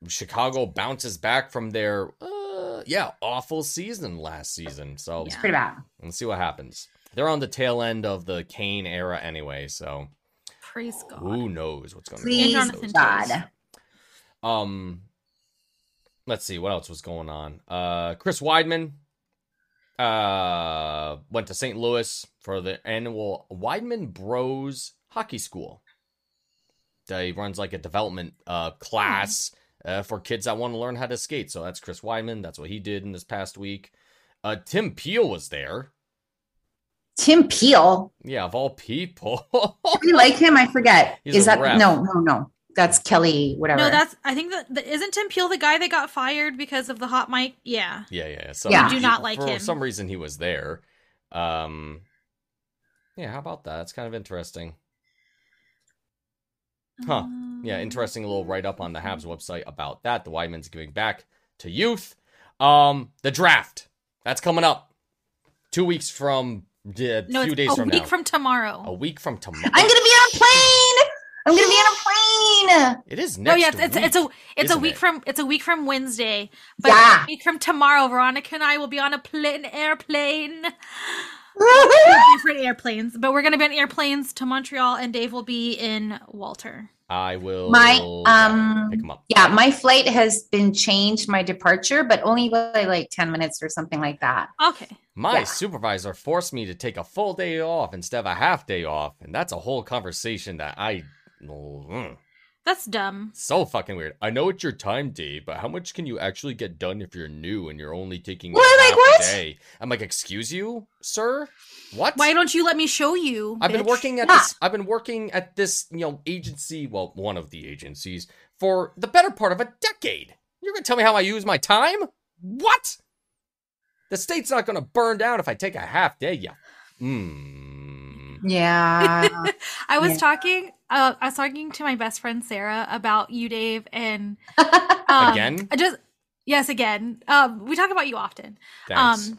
[SPEAKER 1] Chicago bounces back from their uh, yeah awful season last season. So
[SPEAKER 2] Yeah.
[SPEAKER 3] Pretty bad.
[SPEAKER 1] let's see what happens. They're on the tail end of the Kane era anyway, so
[SPEAKER 2] Praise God.
[SPEAKER 1] who knows what's going to
[SPEAKER 3] Please
[SPEAKER 2] Jonathan
[SPEAKER 3] God.
[SPEAKER 1] Um, let's see what else was going on. Uh, Chris Weidman, uh, went to St. Louis for the annual Weidman Bros Hockey School. Uh, he runs like a development uh class uh, for kids that want to learn how to skate. So that's Chris Weidman. That's what he did in this past week. Uh, Tim Peel was there.
[SPEAKER 3] Tim Peel.
[SPEAKER 1] Yeah, of all people.
[SPEAKER 3] We like him. I forget.
[SPEAKER 1] He's
[SPEAKER 3] Is
[SPEAKER 1] a
[SPEAKER 3] that
[SPEAKER 1] ref.
[SPEAKER 3] no, no, no. That's Kelly, whatever.
[SPEAKER 2] No, that's. I think that the, isn't Tim Peel the guy that got fired because of the hot mic. Yeah.
[SPEAKER 1] Yeah, yeah. yeah. So
[SPEAKER 3] Yeah.
[SPEAKER 2] I do not like
[SPEAKER 1] for
[SPEAKER 2] him.
[SPEAKER 1] some reason he was there. Um Yeah, how about that? That's kind of interesting. Huh. Yeah,
[SPEAKER 2] Um,
[SPEAKER 1] interesting little write up on the Habs website about that. The Weidman's giving back to youth. Um the draft. That's coming up. Two weeks from a
[SPEAKER 2] No,
[SPEAKER 1] few
[SPEAKER 2] it's
[SPEAKER 1] days
[SPEAKER 2] a
[SPEAKER 1] from
[SPEAKER 2] week
[SPEAKER 1] now.
[SPEAKER 2] from
[SPEAKER 1] a
[SPEAKER 2] tomorrow.
[SPEAKER 1] week from tomorrow.
[SPEAKER 3] I'm gonna be on a plane. I'm gonna be on a plane.
[SPEAKER 1] It is next
[SPEAKER 2] No, yeah, it's, it's,
[SPEAKER 1] week.
[SPEAKER 2] it's a it's a
[SPEAKER 1] isn't
[SPEAKER 2] week
[SPEAKER 1] it?
[SPEAKER 2] from it's a week from Wednesday, but
[SPEAKER 3] Yeah.
[SPEAKER 2] a week from tomorrow, Veronica and I will be on a plane airplane, different airplanes, but we're gonna be on airplanes to Montreal, and Dave will be in Walter.
[SPEAKER 1] I will
[SPEAKER 3] My,
[SPEAKER 1] Oh, yeah,
[SPEAKER 3] um,
[SPEAKER 1] pick 'em up.
[SPEAKER 3] yeah, my flight has been changed, my departure, but only by like 10 minutes or something like that.
[SPEAKER 2] Okay,
[SPEAKER 1] My
[SPEAKER 3] Yeah.
[SPEAKER 1] supervisor forced me to take a full day off instead of a half day off, and that's a whole conversation that I. Mm,
[SPEAKER 2] that's dumb.
[SPEAKER 1] so fucking weird. I know it's your time, Dave, but how much can you actually get done if you're new and you're only taking
[SPEAKER 3] What?
[SPEAKER 1] a
[SPEAKER 3] Like
[SPEAKER 1] half
[SPEAKER 3] what?
[SPEAKER 1] day? I'm like, excuse you, sir? What?
[SPEAKER 2] Why don't you let me show you?
[SPEAKER 1] I've been
[SPEAKER 2] bitch?
[SPEAKER 1] working at
[SPEAKER 3] Yeah.
[SPEAKER 1] this. I've been working at this, you know, agency. Well, one of the agencies for the better part of a decade. You're gonna tell me how I use my time? What? The state's not gonna burn down if I take a half day. Yeah. Hmm.
[SPEAKER 3] Yeah.
[SPEAKER 2] I was
[SPEAKER 3] Yeah.
[SPEAKER 2] talking. Uh, I was talking to my best friend Sarah about you, Dave, and um,
[SPEAKER 1] Again?
[SPEAKER 2] I just yes, again. Um, we talk about you often.
[SPEAKER 1] Thanks.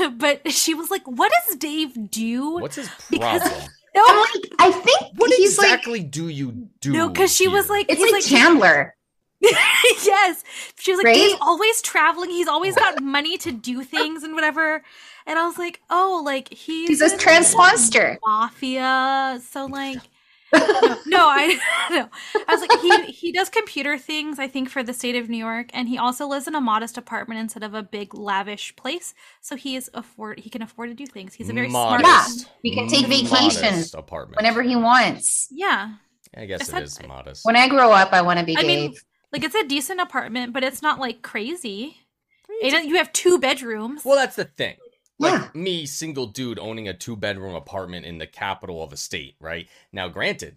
[SPEAKER 2] Um, but she was like, "What does Dave do?"
[SPEAKER 1] What's his
[SPEAKER 2] because-
[SPEAKER 1] problem?
[SPEAKER 3] I'm
[SPEAKER 2] No,
[SPEAKER 3] like, I think
[SPEAKER 1] What
[SPEAKER 3] he's like,
[SPEAKER 1] exactly do you do?
[SPEAKER 2] no, because she was
[SPEAKER 1] here?
[SPEAKER 2] like,
[SPEAKER 3] it's
[SPEAKER 2] he's
[SPEAKER 3] like, Chandler.
[SPEAKER 2] yes. She was like,
[SPEAKER 3] Right?
[SPEAKER 2] Dave's always traveling. He's always got money to do things and whatever. And I was like, oh, like he's
[SPEAKER 3] He's a
[SPEAKER 2] in
[SPEAKER 3] trans monster.
[SPEAKER 2] mafia. So like, no, no, I no. I was like, he he does computer things. I think for the state of New York, and he also lives in a modest apartment instead of a big lavish place. So he is afford he can afford to do things. He's a very smart.
[SPEAKER 1] modest,
[SPEAKER 3] Yeah, we can take
[SPEAKER 1] modest
[SPEAKER 3] vacations
[SPEAKER 1] apartment
[SPEAKER 3] Whenever he wants.
[SPEAKER 2] Yeah,
[SPEAKER 1] I guess it
[SPEAKER 2] Aside-
[SPEAKER 1] is modest.
[SPEAKER 3] When I grow up, I want to be
[SPEAKER 2] I
[SPEAKER 3] Dave.
[SPEAKER 2] mean, like it's a decent apartment, but it's not like crazy. It, don't- you have two bedrooms.
[SPEAKER 1] Well, that's the thing. Like
[SPEAKER 3] Yeah.
[SPEAKER 1] me, single dude owning a two bedroom apartment in the capital of a state, right? Now, granted,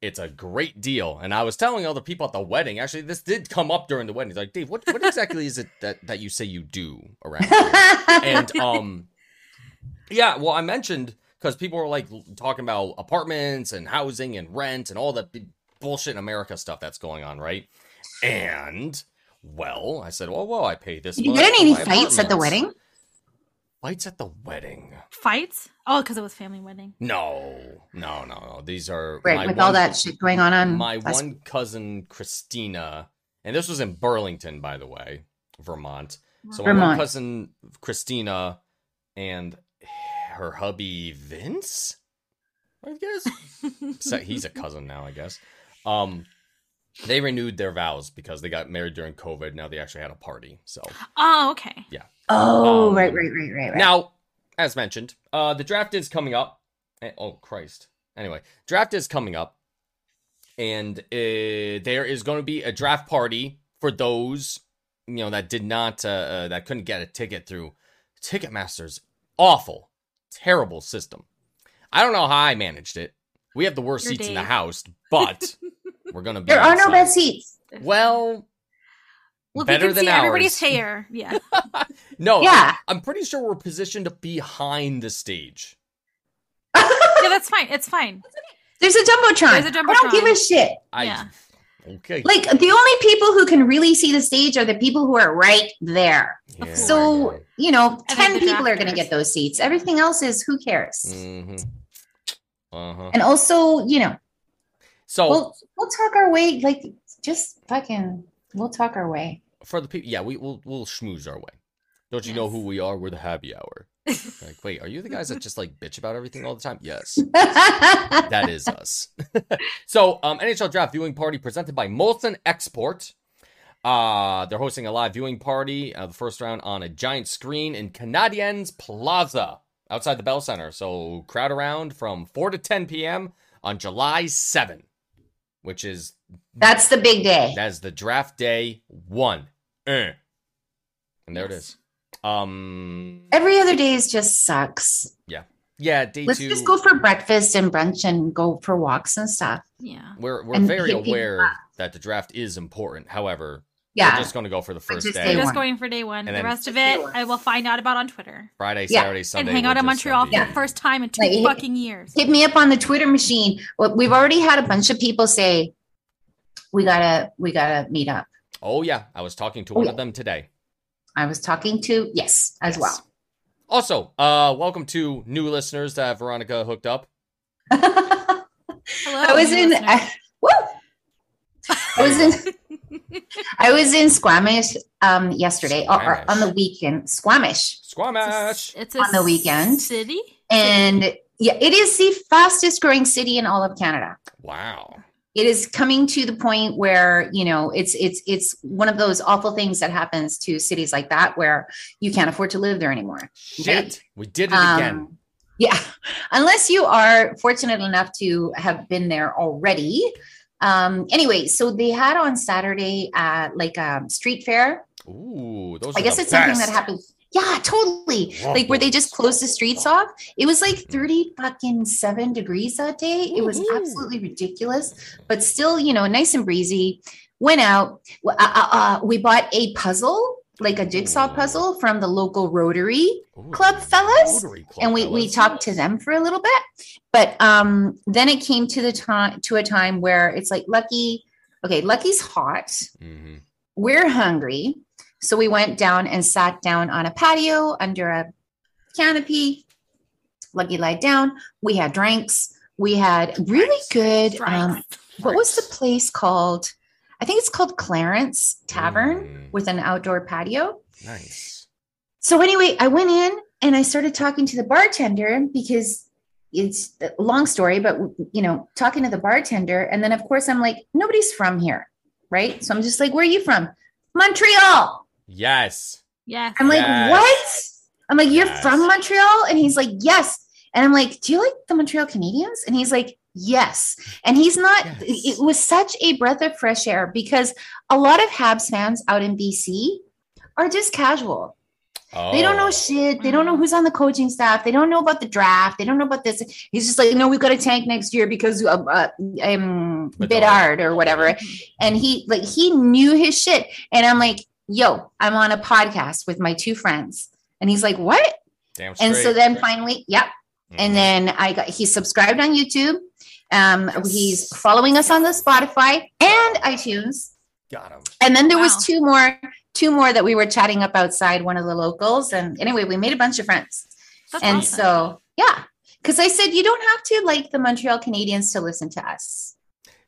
[SPEAKER 1] It's a great deal. And I was telling other people at the wedding, actually, this did come up during the wedding. He's like, Dave, what, what exactly is it that, that you say you do around here? and um yeah well i mentioned because people were like l- talking about apartments and housing and rent and all that b- bullshit in america stuff that's going on right and well i said "Oh, well well i pay this
[SPEAKER 3] Did you
[SPEAKER 1] much
[SPEAKER 3] get in
[SPEAKER 1] for
[SPEAKER 3] any
[SPEAKER 1] my
[SPEAKER 3] fights at the
[SPEAKER 1] apartments."
[SPEAKER 3] wedding?
[SPEAKER 1] fights at the wedding
[SPEAKER 2] Fights? Oh, because it was family wedding.
[SPEAKER 1] no no no no these are
[SPEAKER 3] Right,
[SPEAKER 1] my
[SPEAKER 3] with all
[SPEAKER 1] one-
[SPEAKER 3] that shit going on on
[SPEAKER 1] my
[SPEAKER 3] last-
[SPEAKER 1] one cousin christina and this was in burlington by the way vermont So my one
[SPEAKER 3] Vermont.
[SPEAKER 1] cousin Christina and her hubby Vince, I guess. So he's a cousin now, I guess. Um, they renewed their vows because they got married during COVID. Now they actually had a party. So
[SPEAKER 2] oh, okay.
[SPEAKER 3] Oh,
[SPEAKER 1] um,
[SPEAKER 3] right, right, right, right, right.
[SPEAKER 1] now, as mentioned, uh, the draft is coming up. Eh, Oh Christ! Anyway, draft is coming up, and uh, there is going to be a draft party for those you know that did not uh, uh, that couldn't get a ticket through Ticketmaster's awful, terrible system. I don't know how I managed it. We have the worst
[SPEAKER 2] You're
[SPEAKER 1] seats in the
[SPEAKER 2] Dave.
[SPEAKER 1] house, but we're gonna be.
[SPEAKER 3] there are no
[SPEAKER 1] outside.
[SPEAKER 3] bad seats.
[SPEAKER 1] Well,
[SPEAKER 2] Well, if
[SPEAKER 1] better
[SPEAKER 2] you
[SPEAKER 1] than
[SPEAKER 2] can see everybody's
[SPEAKER 1] ours.
[SPEAKER 2] hair. Yeah.
[SPEAKER 1] no, I'm-
[SPEAKER 3] Yeah.
[SPEAKER 1] I'm pretty sure we're positioned behind the stage.
[SPEAKER 2] Yeah, that's fine. It's fine.
[SPEAKER 3] There's a jumbotron.
[SPEAKER 2] There's a
[SPEAKER 3] I don't
[SPEAKER 2] Jumbotron.
[SPEAKER 3] give a shit.
[SPEAKER 1] I
[SPEAKER 2] Yeah.
[SPEAKER 1] okay.
[SPEAKER 3] Like the only people who can really see the stage are the people who are right there.
[SPEAKER 2] Yeah.
[SPEAKER 3] So you know,
[SPEAKER 2] And
[SPEAKER 3] ten
[SPEAKER 2] then the
[SPEAKER 3] people are going to
[SPEAKER 2] drafters.
[SPEAKER 3] get those seats. Everything else is who cares.
[SPEAKER 1] hmm uh-huh.
[SPEAKER 3] And also, you know,
[SPEAKER 1] so
[SPEAKER 3] we'll we'll talk our way. Like just fucking, we'll talk our way.
[SPEAKER 1] for the people, yeah, we will we'll schmooze our way. Don't you know
[SPEAKER 2] Yes.
[SPEAKER 1] who we are? We're the happy hour. Like, wait, are you the guys that just like bitch about everything all the time? Yes, that is us. so, um, NHL draft viewing party presented by Molson Export. Uh, they're hosting a live viewing party, uh, the first round on a giant screen in Canadiens Plaza outside the Bell Center. So, crowd around from 4 to 10 p.m. on July 7, which is
[SPEAKER 3] That's the big day.
[SPEAKER 1] That is the draft day one. Eh. And there it
[SPEAKER 2] Yes.
[SPEAKER 1] is. Um
[SPEAKER 3] Every other day is just sucks.
[SPEAKER 1] yeah, day
[SPEAKER 3] Let's
[SPEAKER 1] two.
[SPEAKER 3] just go for breakfast and brunch and go for walks and stuff.
[SPEAKER 2] Yeah.
[SPEAKER 1] we're we're
[SPEAKER 3] and
[SPEAKER 1] very
[SPEAKER 3] hit people
[SPEAKER 1] aware that the draft is important. However,
[SPEAKER 3] Yeah.
[SPEAKER 1] we're just gonna go for the first
[SPEAKER 3] just
[SPEAKER 1] day.
[SPEAKER 3] Day
[SPEAKER 2] We're just
[SPEAKER 3] one.
[SPEAKER 2] going for day one.
[SPEAKER 1] And
[SPEAKER 2] The
[SPEAKER 1] then-
[SPEAKER 2] rest of it, I will find out about on Twitter
[SPEAKER 1] Friday,
[SPEAKER 3] Yeah.
[SPEAKER 1] Saturday, Sunday.
[SPEAKER 2] and hang
[SPEAKER 1] we're
[SPEAKER 2] out in
[SPEAKER 1] just
[SPEAKER 2] Montreal
[SPEAKER 1] gonna
[SPEAKER 2] for
[SPEAKER 1] be-
[SPEAKER 2] the first time in two
[SPEAKER 3] Like,
[SPEAKER 2] fucking years.
[SPEAKER 3] Hit me up on the Twitter machine. Well, We've already had a bunch of people say we gotta we gotta meet up.
[SPEAKER 1] Oh yeah. I was talking to
[SPEAKER 3] Oh,
[SPEAKER 1] one
[SPEAKER 3] yeah.
[SPEAKER 1] of them today.
[SPEAKER 3] I was talking to yes as
[SPEAKER 1] Yes.
[SPEAKER 3] well.
[SPEAKER 1] Also, uh welcome to new listeners that Veronica hooked up.
[SPEAKER 2] Hello,
[SPEAKER 3] I was
[SPEAKER 1] Oh,
[SPEAKER 2] new
[SPEAKER 3] in
[SPEAKER 2] listeners.
[SPEAKER 3] I, woo! I was in I was in Squamish um yesterday or, or on the
[SPEAKER 1] Squamish. weekend.
[SPEAKER 3] weekend Squamish
[SPEAKER 1] Squamish.
[SPEAKER 2] It's a
[SPEAKER 3] on the weekend.
[SPEAKER 2] City.
[SPEAKER 3] and yeah it is the fastest growing city in all of Canada.
[SPEAKER 1] Wow.
[SPEAKER 3] it is coming to the point where you know it's it's it's one of those awful things that happens to cities like that where you can't afford to live there anymore
[SPEAKER 1] Shit. We did it again.
[SPEAKER 3] um, yeah unless you are fortunate enough to have been there already um anyway so they had on saturday uh like a street fair
[SPEAKER 1] Ooh, those
[SPEAKER 3] Um, i
[SPEAKER 1] are
[SPEAKER 3] guess
[SPEAKER 1] the
[SPEAKER 3] it's something that
[SPEAKER 1] best.
[SPEAKER 3] happens yeah totally like where they just closed the streets off it was like 30 fucking 7 degrees that day it was
[SPEAKER 1] Woohoo.
[SPEAKER 3] absolutely ridiculous but still you know nice and breezy went out w- uh, uh, uh, we bought a puzzle like a jigsaw
[SPEAKER 1] Ooh.
[SPEAKER 3] puzzle from the local rotary
[SPEAKER 1] Ooh,
[SPEAKER 3] club fellas,
[SPEAKER 1] Rotary Club
[SPEAKER 3] and we, we
[SPEAKER 1] fellas.
[SPEAKER 3] talked to them for a little bit but um then it came to the time to a time where it's like lucky okay lucky's hot
[SPEAKER 1] Mhm.
[SPEAKER 3] we're hungry. So we went down and sat down on a patio under a canopy. Lucky lied down. We had drinks. We had really good. Um,
[SPEAKER 2] Strikes.
[SPEAKER 3] what was the place called? I think it's called Clarence Tavern
[SPEAKER 1] Mm,
[SPEAKER 3] with an outdoor patio.
[SPEAKER 1] nice.
[SPEAKER 3] So anyway, I went in and I started talking to the bartender because it's a long story, but you know, talking to the bartender. And then of course I'm like, nobody's from here, right? So I'm just like, where are you from? Montreal.
[SPEAKER 1] Yes.
[SPEAKER 2] yes.
[SPEAKER 3] I'm like,
[SPEAKER 1] Yes.
[SPEAKER 3] what? I'm like, you're
[SPEAKER 1] Yes.
[SPEAKER 3] from Montreal? And he's like, yes. And I'm like, do you like the Montreal Canadiens? And he's like, yes. And he's not,
[SPEAKER 1] Yes.
[SPEAKER 3] it was such a breath of fresh air because a lot of Habs fans out in BC are just casual. They don't know
[SPEAKER 1] Oh.
[SPEAKER 3] shit. They don't know who's on the coaching staff. They don't know about the draft. They don't know about this. He's just like, no, we've got a tank next year because uh, uh, um,
[SPEAKER 1] Bedard.
[SPEAKER 3] Bidard or whatever. And he like he knew his shit. And I'm like, yo, I'm on a podcast with my two friends. And he's like, what?
[SPEAKER 1] Damn straight. Mm-hmm.
[SPEAKER 3] And so then finally, yep. And then I got he subscribed on YouTube. Um, he's following us on the Spotify and iTunes.
[SPEAKER 1] got him.
[SPEAKER 3] And then there
[SPEAKER 2] Wow.
[SPEAKER 3] was two more, two more that we were chatting up outside one of the locals. And anyway, we made a bunch of friends.
[SPEAKER 2] That's
[SPEAKER 3] and
[SPEAKER 2] awesome.
[SPEAKER 3] so yeah. Cause I said you don't have to like the Montreal Canadiens to listen to us.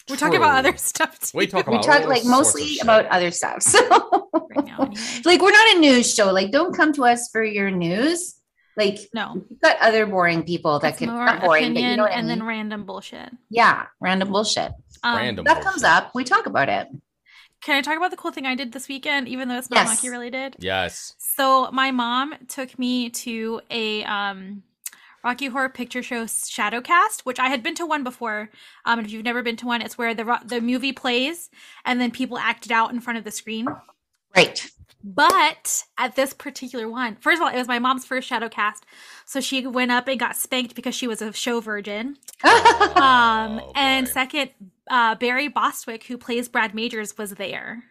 [SPEAKER 2] We're talking about
[SPEAKER 1] True.
[SPEAKER 2] other stuff too
[SPEAKER 1] We talk
[SPEAKER 3] We
[SPEAKER 1] about
[SPEAKER 3] talk
[SPEAKER 1] all
[SPEAKER 3] like
[SPEAKER 1] sorts of
[SPEAKER 3] mostly
[SPEAKER 1] shit.
[SPEAKER 3] about other stuff. So
[SPEAKER 2] right now. anyway.
[SPEAKER 3] like we're not a news show. Like don't come to us for your news. Like
[SPEAKER 2] No,
[SPEAKER 3] you've got other boring people
[SPEAKER 2] that's
[SPEAKER 3] that can
[SPEAKER 2] more
[SPEAKER 3] not boring, but you
[SPEAKER 2] opinion
[SPEAKER 3] know what I
[SPEAKER 2] and
[SPEAKER 3] mean.
[SPEAKER 2] then random bullshit.
[SPEAKER 3] yeah, random bullshit.
[SPEAKER 2] Um,
[SPEAKER 1] Random.
[SPEAKER 3] That comes up. We talk about it.
[SPEAKER 2] Can I talk about the cool thing I did this weekend, even though it's not
[SPEAKER 3] Yes.
[SPEAKER 2] hockey related?
[SPEAKER 1] Yes.
[SPEAKER 2] So my mom took me to a um, Rocky Horror Picture Show shadowcast, which I had been to one before. Um, if you've never been to one, it's where the ro- the movie plays and then people act it out in front of the screen.
[SPEAKER 3] Right.
[SPEAKER 2] But at this particular one, first of all, it was my mom's first shadow cast. So she went up and got spanked because she was a show virgin. Um,
[SPEAKER 1] Oh,
[SPEAKER 2] and
[SPEAKER 1] boy.
[SPEAKER 2] second, uh, Barry Bostwick, who plays Brad Majors, was there.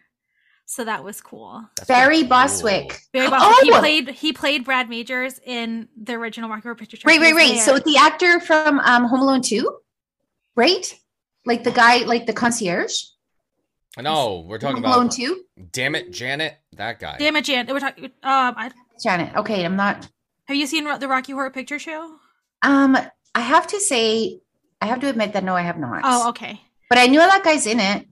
[SPEAKER 2] So that was cool.
[SPEAKER 1] That's
[SPEAKER 3] Barry
[SPEAKER 1] pretty cool.
[SPEAKER 3] Bostwick.
[SPEAKER 2] Barry Bostwick, he
[SPEAKER 3] Oh!
[SPEAKER 2] played he played Brad Majors in the original Rocky Horror Picture Show.
[SPEAKER 3] Right,
[SPEAKER 2] He
[SPEAKER 3] right,
[SPEAKER 2] was
[SPEAKER 3] right. So
[SPEAKER 2] there.
[SPEAKER 3] the actor from um, Home Alone 2, right? Like the guy, like the concierge.
[SPEAKER 1] No, we're talking
[SPEAKER 3] Home Alone
[SPEAKER 1] about
[SPEAKER 3] 2?
[SPEAKER 1] damn it, Janet, that guy.
[SPEAKER 2] damn it, Jan, we're talking. Um, I,
[SPEAKER 3] Janet. Okay, I'm not.
[SPEAKER 2] have you seen Ro- the Rocky Horror Picture Show?
[SPEAKER 3] Um, I have to say, I have to admit that no, I have not.
[SPEAKER 2] Oh, okay.
[SPEAKER 3] But I knew that guy's in it.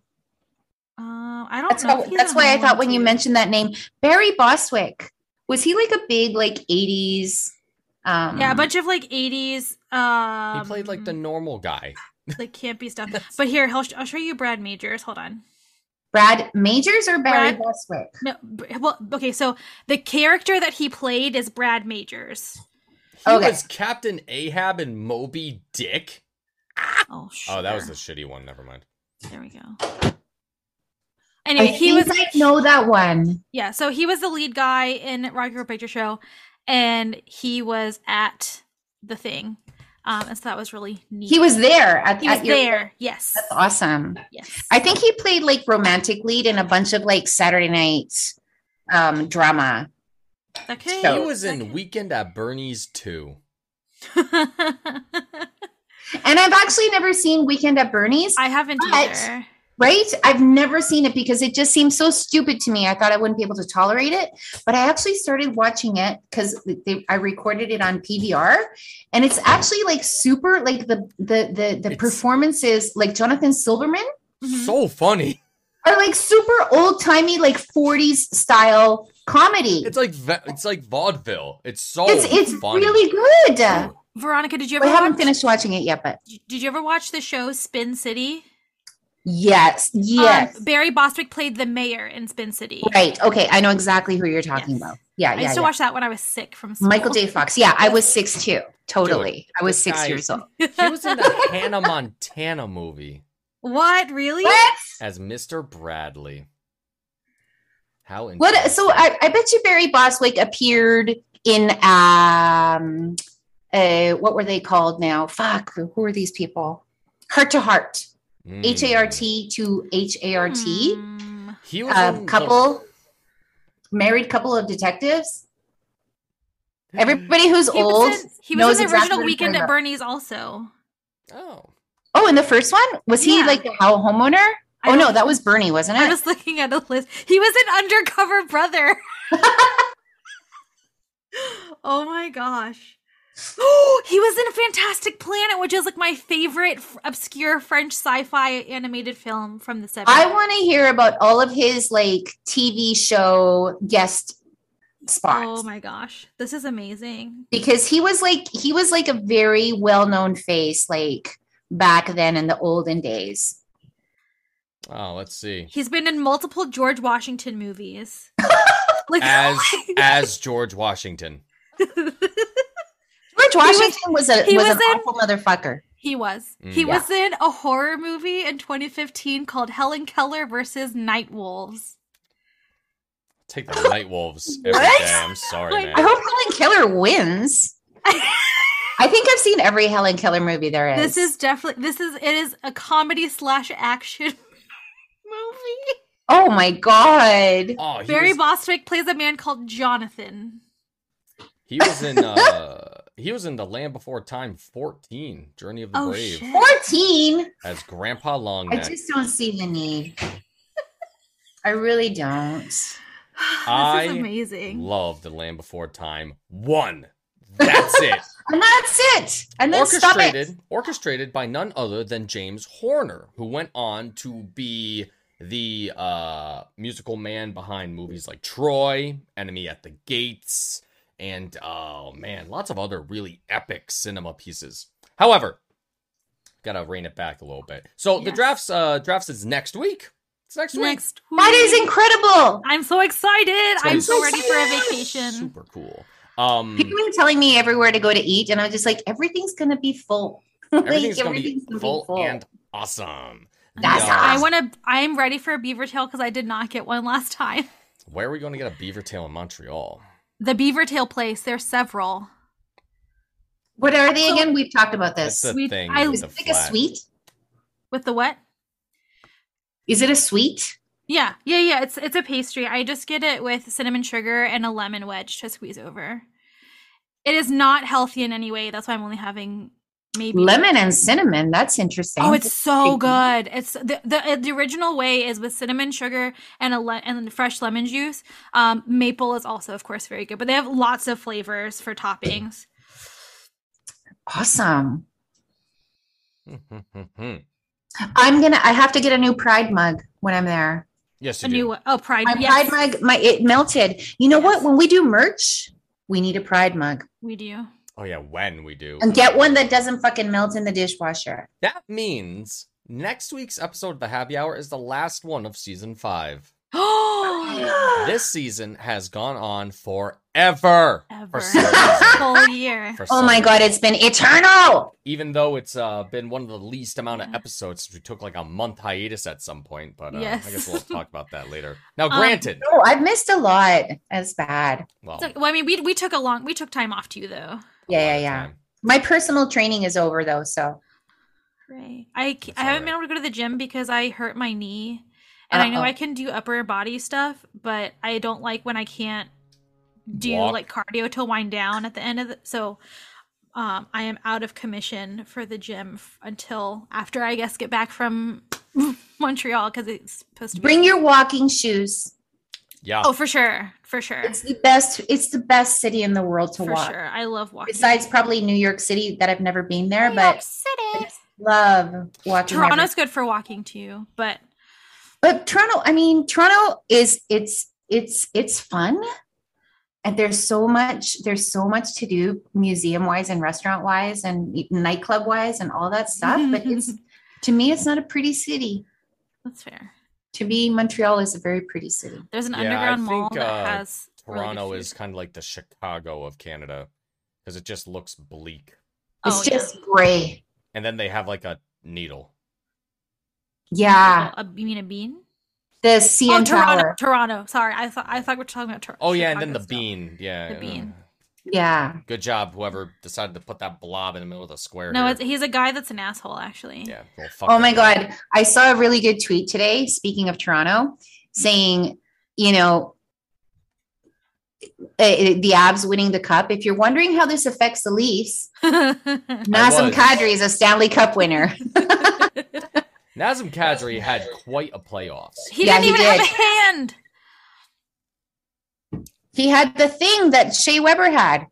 [SPEAKER 2] Um, I don't
[SPEAKER 3] That's,
[SPEAKER 2] know. if
[SPEAKER 3] how,
[SPEAKER 2] he's
[SPEAKER 3] that's
[SPEAKER 2] in
[SPEAKER 3] why I
[SPEAKER 2] Home
[SPEAKER 3] thought
[SPEAKER 2] Alone
[SPEAKER 3] when you
[SPEAKER 2] two.
[SPEAKER 3] mentioned that name, Barry Bostwick, was he like a big, like 80s? Um,
[SPEAKER 2] yeah, a bunch of like '80s. Um,
[SPEAKER 1] he played like the normal guy.
[SPEAKER 2] like campy stuff. But here, I'll, sh- I'll show you Brad Majors. Hold on.
[SPEAKER 3] Brad Majors or Barry
[SPEAKER 2] Brad-
[SPEAKER 3] Bostwick?
[SPEAKER 2] No, b- well, okay. So the character that he played is Brad Majors.
[SPEAKER 1] He
[SPEAKER 3] Okay.
[SPEAKER 1] was Captain Ahab and Moby Dick.
[SPEAKER 2] Oh, sure.
[SPEAKER 1] Oh, that was the shitty one. Never mind.
[SPEAKER 2] There we go. Anyway,
[SPEAKER 3] I
[SPEAKER 2] he was
[SPEAKER 3] think I know that one.
[SPEAKER 2] yeah. So he was the lead guy in Rocky Horror Picture Show, and he was at the thing, um, and so that was really neat.
[SPEAKER 3] He was there at,
[SPEAKER 2] he was
[SPEAKER 3] at your-
[SPEAKER 2] there. Yes,
[SPEAKER 3] That's awesome.
[SPEAKER 2] yes.
[SPEAKER 3] I think he played like romantic lead in a bunch of like Saturday night um drama.
[SPEAKER 2] Okay.
[SPEAKER 1] He
[SPEAKER 3] So-
[SPEAKER 1] was in Weekend at Bernie's too.
[SPEAKER 3] And I've actually never seen Weekend at Bernie's,
[SPEAKER 2] I haven't
[SPEAKER 3] But-
[SPEAKER 2] either.
[SPEAKER 3] right? I've never seen it because it just seems so stupid to me. I thought I wouldn't be able to tolerate it, but I actually started watching it cuz I recorded it on PVR and it's actually like super like the the the the
[SPEAKER 1] It's-
[SPEAKER 3] performances like Jonathan Silverman
[SPEAKER 2] Mhm.
[SPEAKER 1] So funny.
[SPEAKER 3] are like super old-timey like 40s style comedy.
[SPEAKER 1] It's like va- it's like vaudeville. It's so
[SPEAKER 3] It's it's
[SPEAKER 1] funny.
[SPEAKER 3] really good.
[SPEAKER 1] Ooh,
[SPEAKER 2] Veronica, did you ever?
[SPEAKER 3] I haven't
[SPEAKER 2] watch-
[SPEAKER 3] finished watching it yet, but
[SPEAKER 2] Did you ever watch the show Spin City?
[SPEAKER 3] yes,
[SPEAKER 2] Um,
[SPEAKER 3] yes,
[SPEAKER 2] Barry Bostwick played the mayor in Spin City.
[SPEAKER 3] right. Okay, I know exactly who you're talking
[SPEAKER 2] Yes.
[SPEAKER 3] about. Yeah,
[SPEAKER 2] I
[SPEAKER 3] yeah.
[SPEAKER 2] used to
[SPEAKER 3] yeah.
[SPEAKER 2] watch that when I was sick from school.
[SPEAKER 3] Michael J. Fox. Yeah, I was six too. Totally, I was
[SPEAKER 1] this
[SPEAKER 3] six
[SPEAKER 1] guy-
[SPEAKER 3] years old.
[SPEAKER 1] He was in the Hannah Montana movie
[SPEAKER 2] what really?
[SPEAKER 3] What?
[SPEAKER 1] as Mr. Bradley. How
[SPEAKER 3] What? So
[SPEAKER 1] interesting.
[SPEAKER 3] I, I bet you Barry Bostwick appeared in um, uh, what were they called now? Fuck, who are these people? Heart to heart,
[SPEAKER 1] Mm.
[SPEAKER 3] H A R T to H A R T.
[SPEAKER 2] Hmm.
[SPEAKER 1] He was in
[SPEAKER 3] Um,
[SPEAKER 1] the-
[SPEAKER 3] couple, married couple of detectives. Everybody who's
[SPEAKER 2] He was
[SPEAKER 3] old.
[SPEAKER 2] in, he was
[SPEAKER 3] knows
[SPEAKER 2] in the
[SPEAKER 3] exactly
[SPEAKER 2] original
[SPEAKER 3] what I'm
[SPEAKER 2] Weekend
[SPEAKER 3] talking
[SPEAKER 2] at
[SPEAKER 3] about.
[SPEAKER 2] Bernie's also.
[SPEAKER 1] Oh,
[SPEAKER 3] Oh, in the first one, was he
[SPEAKER 2] Yeah.
[SPEAKER 3] like a how homeowner?
[SPEAKER 2] I
[SPEAKER 3] Oh no,
[SPEAKER 2] don't-
[SPEAKER 3] that was Bernie, wasn't
[SPEAKER 2] I
[SPEAKER 3] it?
[SPEAKER 2] was looking at a list. He was an undercover brother. oh my gosh. Oh, he was in Fantastic Planet, which is like my favorite f- obscure French sci-fi animated film from the 70s.
[SPEAKER 3] I want to hear about all of his like TV show guest spots
[SPEAKER 2] Oh my gosh. This is amazing.
[SPEAKER 3] because he was like he was like a very well-known face like back then in the olden days.
[SPEAKER 1] oh, let's see.
[SPEAKER 2] He's been in multiple George Washington movies. like
[SPEAKER 1] As as George Washington.
[SPEAKER 3] George
[SPEAKER 2] was-
[SPEAKER 3] Washington was, a
[SPEAKER 2] he
[SPEAKER 3] was,
[SPEAKER 2] was
[SPEAKER 3] an
[SPEAKER 2] in-
[SPEAKER 3] awful motherfucker.
[SPEAKER 2] he was.
[SPEAKER 1] Mm.
[SPEAKER 2] He
[SPEAKER 1] Yeah.
[SPEAKER 2] was in a horror movie in 2015 called Helen Keller versus Night Wolves.
[SPEAKER 1] Take the Night Wolves every
[SPEAKER 3] What?
[SPEAKER 1] day. I'm sorry,
[SPEAKER 2] Like-
[SPEAKER 1] man.
[SPEAKER 3] I hope Helen Keller wins. I think I've seen every Helen Keller movie there is.
[SPEAKER 2] This is definitely this is it is a comedy slash action movie.
[SPEAKER 3] oh my god.
[SPEAKER 1] oh, he
[SPEAKER 2] Barry
[SPEAKER 1] was,
[SPEAKER 2] Bostwick plays a man called Jonathan.
[SPEAKER 1] he was in uh he was in The Land Before Time 14, Journey of the
[SPEAKER 2] Oh
[SPEAKER 1] Brave
[SPEAKER 2] shit!
[SPEAKER 3] Fourteen.
[SPEAKER 1] as Grandpa
[SPEAKER 3] I
[SPEAKER 1] Longneck.
[SPEAKER 3] just don't see the need. I really don't.
[SPEAKER 1] I
[SPEAKER 2] this is amazing.
[SPEAKER 1] Love The Land Before Time 1. That's it.
[SPEAKER 3] And that's it. And then stop
[SPEAKER 1] orchestrated
[SPEAKER 3] it.
[SPEAKER 1] orchestrated by none other than James Horner, who went on to be the uh, musical man behind movies like Troy, Enemy at the Gates, and oh man, lots of other really epic cinema pieces. However, gotta rein it back a little bit. So the
[SPEAKER 2] Yes.
[SPEAKER 1] drafts uh, drafts is next week. It's next week.
[SPEAKER 2] Next, week.
[SPEAKER 3] That is incredible.
[SPEAKER 2] I'm so excited.
[SPEAKER 1] It's gonna
[SPEAKER 2] I'm
[SPEAKER 1] be
[SPEAKER 2] so ready for a vacation.
[SPEAKER 1] Super cool. Um,
[SPEAKER 3] People were telling me everywhere to go to eat, and I'm just like, everything's gonna be full. Like,
[SPEAKER 1] everything's gonna be full and awesome.
[SPEAKER 3] That's
[SPEAKER 1] Yeah.
[SPEAKER 2] I
[SPEAKER 3] awesome.
[SPEAKER 2] want to. I'm ready for a beaver tail because I did not get one last time.
[SPEAKER 1] Where are we going to get a beaver tail in Montreal?
[SPEAKER 2] The beaver tail place. There's several.
[SPEAKER 3] what are they again? We've talked about
[SPEAKER 1] That's
[SPEAKER 3] this.
[SPEAKER 1] the
[SPEAKER 2] Sweet-
[SPEAKER 1] thing.
[SPEAKER 2] I-
[SPEAKER 1] with
[SPEAKER 3] Is
[SPEAKER 1] the
[SPEAKER 3] it like a
[SPEAKER 1] flat.
[SPEAKER 3] sweet?
[SPEAKER 2] With the what?
[SPEAKER 3] Is it a sweet?
[SPEAKER 2] Yeah, yeah, yeah. It's it's a pastry. I just get it with cinnamon sugar and a lemon wedge to squeeze over. It is not healthy in any way. That's why I'm only having maybe
[SPEAKER 3] Lemon and cinnamon. That's interesting.
[SPEAKER 2] Oh, it's so
[SPEAKER 3] Thank
[SPEAKER 2] good. It's the, the the original way is with cinnamon sugar and a le- and fresh lemon juice. Um, maple is also, of course, very good. But they have lots of flavors for toppings.
[SPEAKER 3] awesome.
[SPEAKER 1] Mhm.
[SPEAKER 3] I'm gonna. I have to get a new Pride mug when I'm there.
[SPEAKER 1] yes,
[SPEAKER 2] A
[SPEAKER 1] you
[SPEAKER 2] new
[SPEAKER 1] do.
[SPEAKER 3] uh,
[SPEAKER 2] one. Oh, pride.
[SPEAKER 3] My
[SPEAKER 2] yes,
[SPEAKER 3] Pride mug. My it melted. You know what?
[SPEAKER 2] Yes.
[SPEAKER 3] When we do merch, we need a Pride mug
[SPEAKER 2] we do.
[SPEAKER 1] Oh yeah, when we do.
[SPEAKER 3] and get one that doesn't fucking melt in the dishwasher.
[SPEAKER 1] That means next week's episode of the Happy Hour is the last one of season five.
[SPEAKER 2] Oh,
[SPEAKER 1] This season has gone on forever.
[SPEAKER 2] ever
[SPEAKER 1] For some reason.
[SPEAKER 2] whole year.
[SPEAKER 1] For
[SPEAKER 3] Oh
[SPEAKER 1] some
[SPEAKER 3] my
[SPEAKER 1] reason.
[SPEAKER 3] god, it's been eternal.
[SPEAKER 1] Even though it's uh, been one of the least amount of
[SPEAKER 2] Yeah.
[SPEAKER 1] episodes, since we took like a month hiatus at some point, but uh,
[SPEAKER 2] Yes.
[SPEAKER 1] I guess we'll talk about that later. Now,
[SPEAKER 2] Um,
[SPEAKER 1] granted,
[SPEAKER 3] No, I've missed a lot. That's bad.
[SPEAKER 1] well,
[SPEAKER 2] So, well, I mean, we we took a long we took time off too, though.
[SPEAKER 1] a lot
[SPEAKER 3] Yeah, yeah,
[SPEAKER 1] of
[SPEAKER 3] yeah.
[SPEAKER 1] time.
[SPEAKER 3] My personal training is over though, so
[SPEAKER 2] Right. I c-
[SPEAKER 1] That's
[SPEAKER 2] I
[SPEAKER 1] all
[SPEAKER 2] haven't been
[SPEAKER 1] right.
[SPEAKER 2] able to go to the gym because I hurt my knee, and I know
[SPEAKER 3] Uh-oh.
[SPEAKER 2] I can do upper body stuff, but I don't like when I can't do
[SPEAKER 1] Walk.
[SPEAKER 2] like cardio to wind down at the end of the so. Um, I am out of commission for the gym f- until after I guess get back from Montreal because it's supposed to be.
[SPEAKER 3] bring your walking shoes.
[SPEAKER 1] Yeah.
[SPEAKER 2] oh, for sure, for sure,
[SPEAKER 3] It's the best. It's the best city in the world to
[SPEAKER 2] for
[SPEAKER 3] walk.
[SPEAKER 2] sure. I love walking.
[SPEAKER 3] Besides probably New York City that I've never been there,
[SPEAKER 2] New York
[SPEAKER 3] but
[SPEAKER 2] City,
[SPEAKER 3] love walking. every-
[SPEAKER 2] Toronto's good for walking too, but
[SPEAKER 3] but Toronto, I mean, Toronto is it's it's it's fun. And there's so much, there's so much to do museum wise and restaurant wise and nightclub wise and all that stuff. But it's to me, it's not a pretty city.
[SPEAKER 2] that's fair.
[SPEAKER 3] To me, Montreal is a very pretty city.
[SPEAKER 2] There's an
[SPEAKER 1] Yeah, I
[SPEAKER 2] underground mall
[SPEAKER 1] think,
[SPEAKER 2] that
[SPEAKER 1] uh,
[SPEAKER 2] has really good
[SPEAKER 1] Toronto
[SPEAKER 2] food.
[SPEAKER 1] is kind of like the Chicago of Canada because it just looks bleak.
[SPEAKER 3] It's
[SPEAKER 2] Oh, yeah.
[SPEAKER 3] just gray.
[SPEAKER 1] And then they have like a needle.
[SPEAKER 3] Yeah.
[SPEAKER 2] Oh, a- you mean a bean?
[SPEAKER 3] The CN
[SPEAKER 2] oh, Toronto,
[SPEAKER 3] Tower.
[SPEAKER 2] Toronto. Sorry, I thought I thought we were talking about Toronto.
[SPEAKER 1] Oh yeah, and then the bean. Yeah.
[SPEAKER 2] The bean.
[SPEAKER 3] Yeah.
[SPEAKER 1] Good job, whoever decided to put that blob in the middle of the square.
[SPEAKER 2] No,
[SPEAKER 1] here.
[SPEAKER 2] it's, he's a guy that's an asshole, actually.
[SPEAKER 1] yeah. well, fuck
[SPEAKER 3] Oh
[SPEAKER 1] that
[SPEAKER 3] my
[SPEAKER 1] guy.
[SPEAKER 3] God. I saw a really good tweet today, speaking of Toronto, saying, you know, eh, eh, the abs winning the cup. If you're wondering how this affects the Leafs, Nazem
[SPEAKER 1] was.
[SPEAKER 3] Kadri is a Stanley Cup winner.
[SPEAKER 1] Nazem Kadri had quite a playoffs.
[SPEAKER 2] he
[SPEAKER 3] Yeah,
[SPEAKER 2] didn't
[SPEAKER 3] he
[SPEAKER 2] even have
[SPEAKER 3] did.
[SPEAKER 2] a hand.
[SPEAKER 3] he had the thing that Shea Weber had,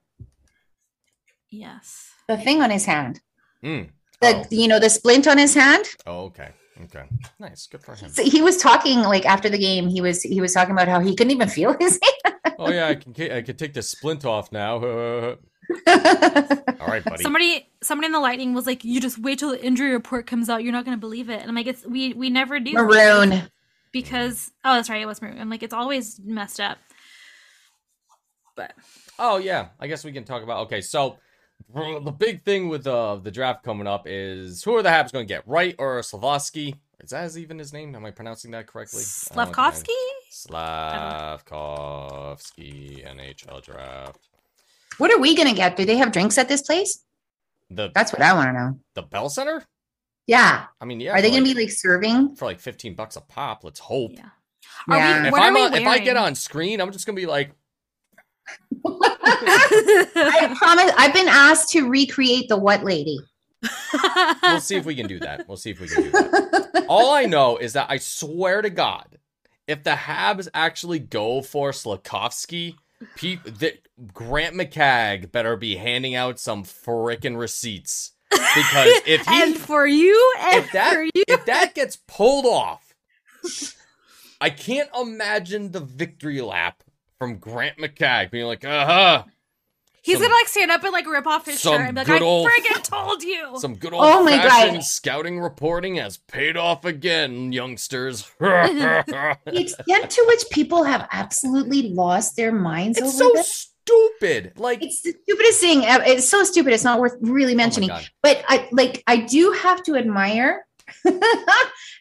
[SPEAKER 2] Yes.
[SPEAKER 3] the thing on his hand.
[SPEAKER 1] Mm.
[SPEAKER 2] Oh.
[SPEAKER 3] The you know, the splint on his hand.
[SPEAKER 1] Oh, okay. Okay. Nice. Good for him.
[SPEAKER 3] So he was talking like after the game, he was he was talking about how he couldn't even feel his
[SPEAKER 1] Oh yeah, I can I can take the splint off now. All
[SPEAKER 3] hand.
[SPEAKER 1] right, buddy.
[SPEAKER 2] Somebody, somebody in the lightning was like, "You just wait till the injury report comes out. You're not going to believe it." And I'm like, "It's we we never do
[SPEAKER 3] Maroon.
[SPEAKER 2] because oh, that's right, it was maroon. I'm like, it's always messed up." But
[SPEAKER 1] Oh yeah, I guess we can talk about. Okay, so the big thing with uh, the draft coming up is who are the Habs going to get? Right or Slavoski? Is that his- even his name? Am I pronouncing that correctly? I don't think I-
[SPEAKER 2] Slavkovsky,
[SPEAKER 1] Slavkovsky NHL draft.
[SPEAKER 3] What are we gonna get? Do they have drinks at this place?
[SPEAKER 1] The
[SPEAKER 3] That's what I want to know.
[SPEAKER 1] the Bell Center?
[SPEAKER 3] Yeah.
[SPEAKER 1] I mean, yeah.
[SPEAKER 3] are they
[SPEAKER 1] for
[SPEAKER 3] gonna
[SPEAKER 1] like-
[SPEAKER 3] be like serving?
[SPEAKER 1] for like fifteen bucks a pop? Let's hope.
[SPEAKER 2] Yeah.
[SPEAKER 3] Yeah.
[SPEAKER 1] If
[SPEAKER 2] What are
[SPEAKER 1] I'm
[SPEAKER 2] we
[SPEAKER 1] on, if I get
[SPEAKER 2] wearing?
[SPEAKER 1] on screen, I'm just gonna be like,
[SPEAKER 3] I promise. I've been asked to recreate the what lady.
[SPEAKER 1] we'll see if we can do that. We'll see if we can do that. All I know is that I swear to God, if the Habs actually go for Slakovsky, peop that Grant McCagg better be handing out some frickin' receipts because if he
[SPEAKER 2] and for you, and
[SPEAKER 1] if that
[SPEAKER 2] for you.
[SPEAKER 1] if that gets pulled off, I can't imagine the victory lap from Grant McCagg being like, uh huh,
[SPEAKER 2] He's
[SPEAKER 1] some-
[SPEAKER 2] gonna like stand up and like rip off his shirt
[SPEAKER 1] some
[SPEAKER 2] and be like,
[SPEAKER 1] good
[SPEAKER 2] I
[SPEAKER 1] old-
[SPEAKER 2] friggin' told you.
[SPEAKER 1] some good old
[SPEAKER 3] Oh my God.
[SPEAKER 1] fashioned scouting reporting has paid off again, youngsters.
[SPEAKER 3] The extent to which people have absolutely lost their minds
[SPEAKER 1] it's
[SPEAKER 3] over
[SPEAKER 1] so
[SPEAKER 3] this.
[SPEAKER 1] stupid. Like,
[SPEAKER 3] It's the stupidest thing. Uh, It's so stupid. It's not worth really
[SPEAKER 1] oh my
[SPEAKER 3] mentioning.
[SPEAKER 1] God.
[SPEAKER 3] but I like I do have to admire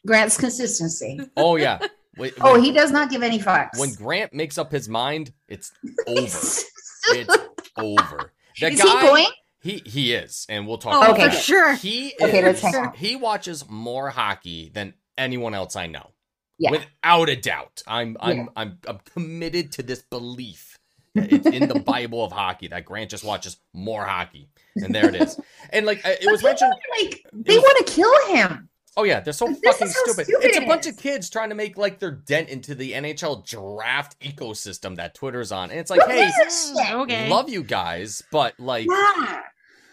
[SPEAKER 3] Grant's consistency.
[SPEAKER 1] oh yeah. Wait,
[SPEAKER 3] Oh,
[SPEAKER 1] when-
[SPEAKER 3] he does not give any fucks.
[SPEAKER 1] when Grant makes up his mind, it's over.
[SPEAKER 3] Is
[SPEAKER 1] it's over. That
[SPEAKER 3] he
[SPEAKER 1] guy,
[SPEAKER 3] going?
[SPEAKER 1] He he is, and we'll talk.
[SPEAKER 2] oh,
[SPEAKER 1] about
[SPEAKER 3] Okay,
[SPEAKER 2] for
[SPEAKER 1] that.
[SPEAKER 3] good.
[SPEAKER 2] sure.
[SPEAKER 1] He is,
[SPEAKER 3] Okay, let's hang on.
[SPEAKER 1] he watches more hockey than anyone else I know.
[SPEAKER 3] Yeah.
[SPEAKER 1] Without a doubt. I'm I'm,
[SPEAKER 3] Yeah.
[SPEAKER 1] I'm I'm committed to this belief. that It's in the Bible of hockey that Grant just watches more hockey. And there it is. And like I- it was
[SPEAKER 3] But people
[SPEAKER 1] mentioned
[SPEAKER 3] are like they
[SPEAKER 1] was-
[SPEAKER 3] want to kill him.
[SPEAKER 1] Oh yeah, they're so
[SPEAKER 3] This is
[SPEAKER 1] fucking
[SPEAKER 3] how
[SPEAKER 1] stupid.
[SPEAKER 3] stupid
[SPEAKER 1] It's a
[SPEAKER 3] it
[SPEAKER 1] bunch
[SPEAKER 3] is.
[SPEAKER 1] of kids trying to make like their dent into the NHL draft ecosystem that Twitter's on. And it's like,
[SPEAKER 3] Who
[SPEAKER 1] hey,
[SPEAKER 3] gives a shit?
[SPEAKER 2] Mm, Okay.
[SPEAKER 1] love you guys, but like
[SPEAKER 3] Yeah.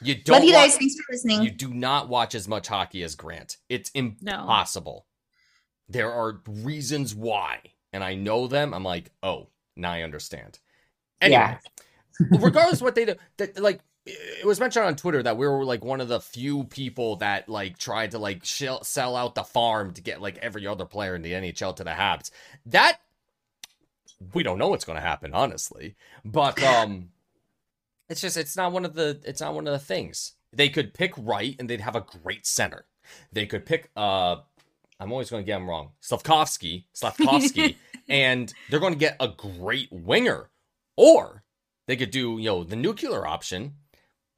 [SPEAKER 1] you don't
[SPEAKER 3] Love you
[SPEAKER 1] wa-
[SPEAKER 3] guys. Thanks for listening.
[SPEAKER 1] you do not watch as much hockey as Grant. It's impossible. There are reasons why, and I know them. I'm like, oh, now I understand. Anyway, regardless what they do, that like it was mentioned on Twitter that we were like one of the few people that like tried to like shell, sell out the farm to get like every other player in the NHL to the Habs. That we don't know what's going to happen, honestly. But um, it's just it's not one of the it's not one of the things. They could pick right and they'd have a great center. They could pick uh, I'm always going to get him wrong, Slavkovsky, Slavkovsky, and they're going to get a great winger. Or they could do you know the nuclear option,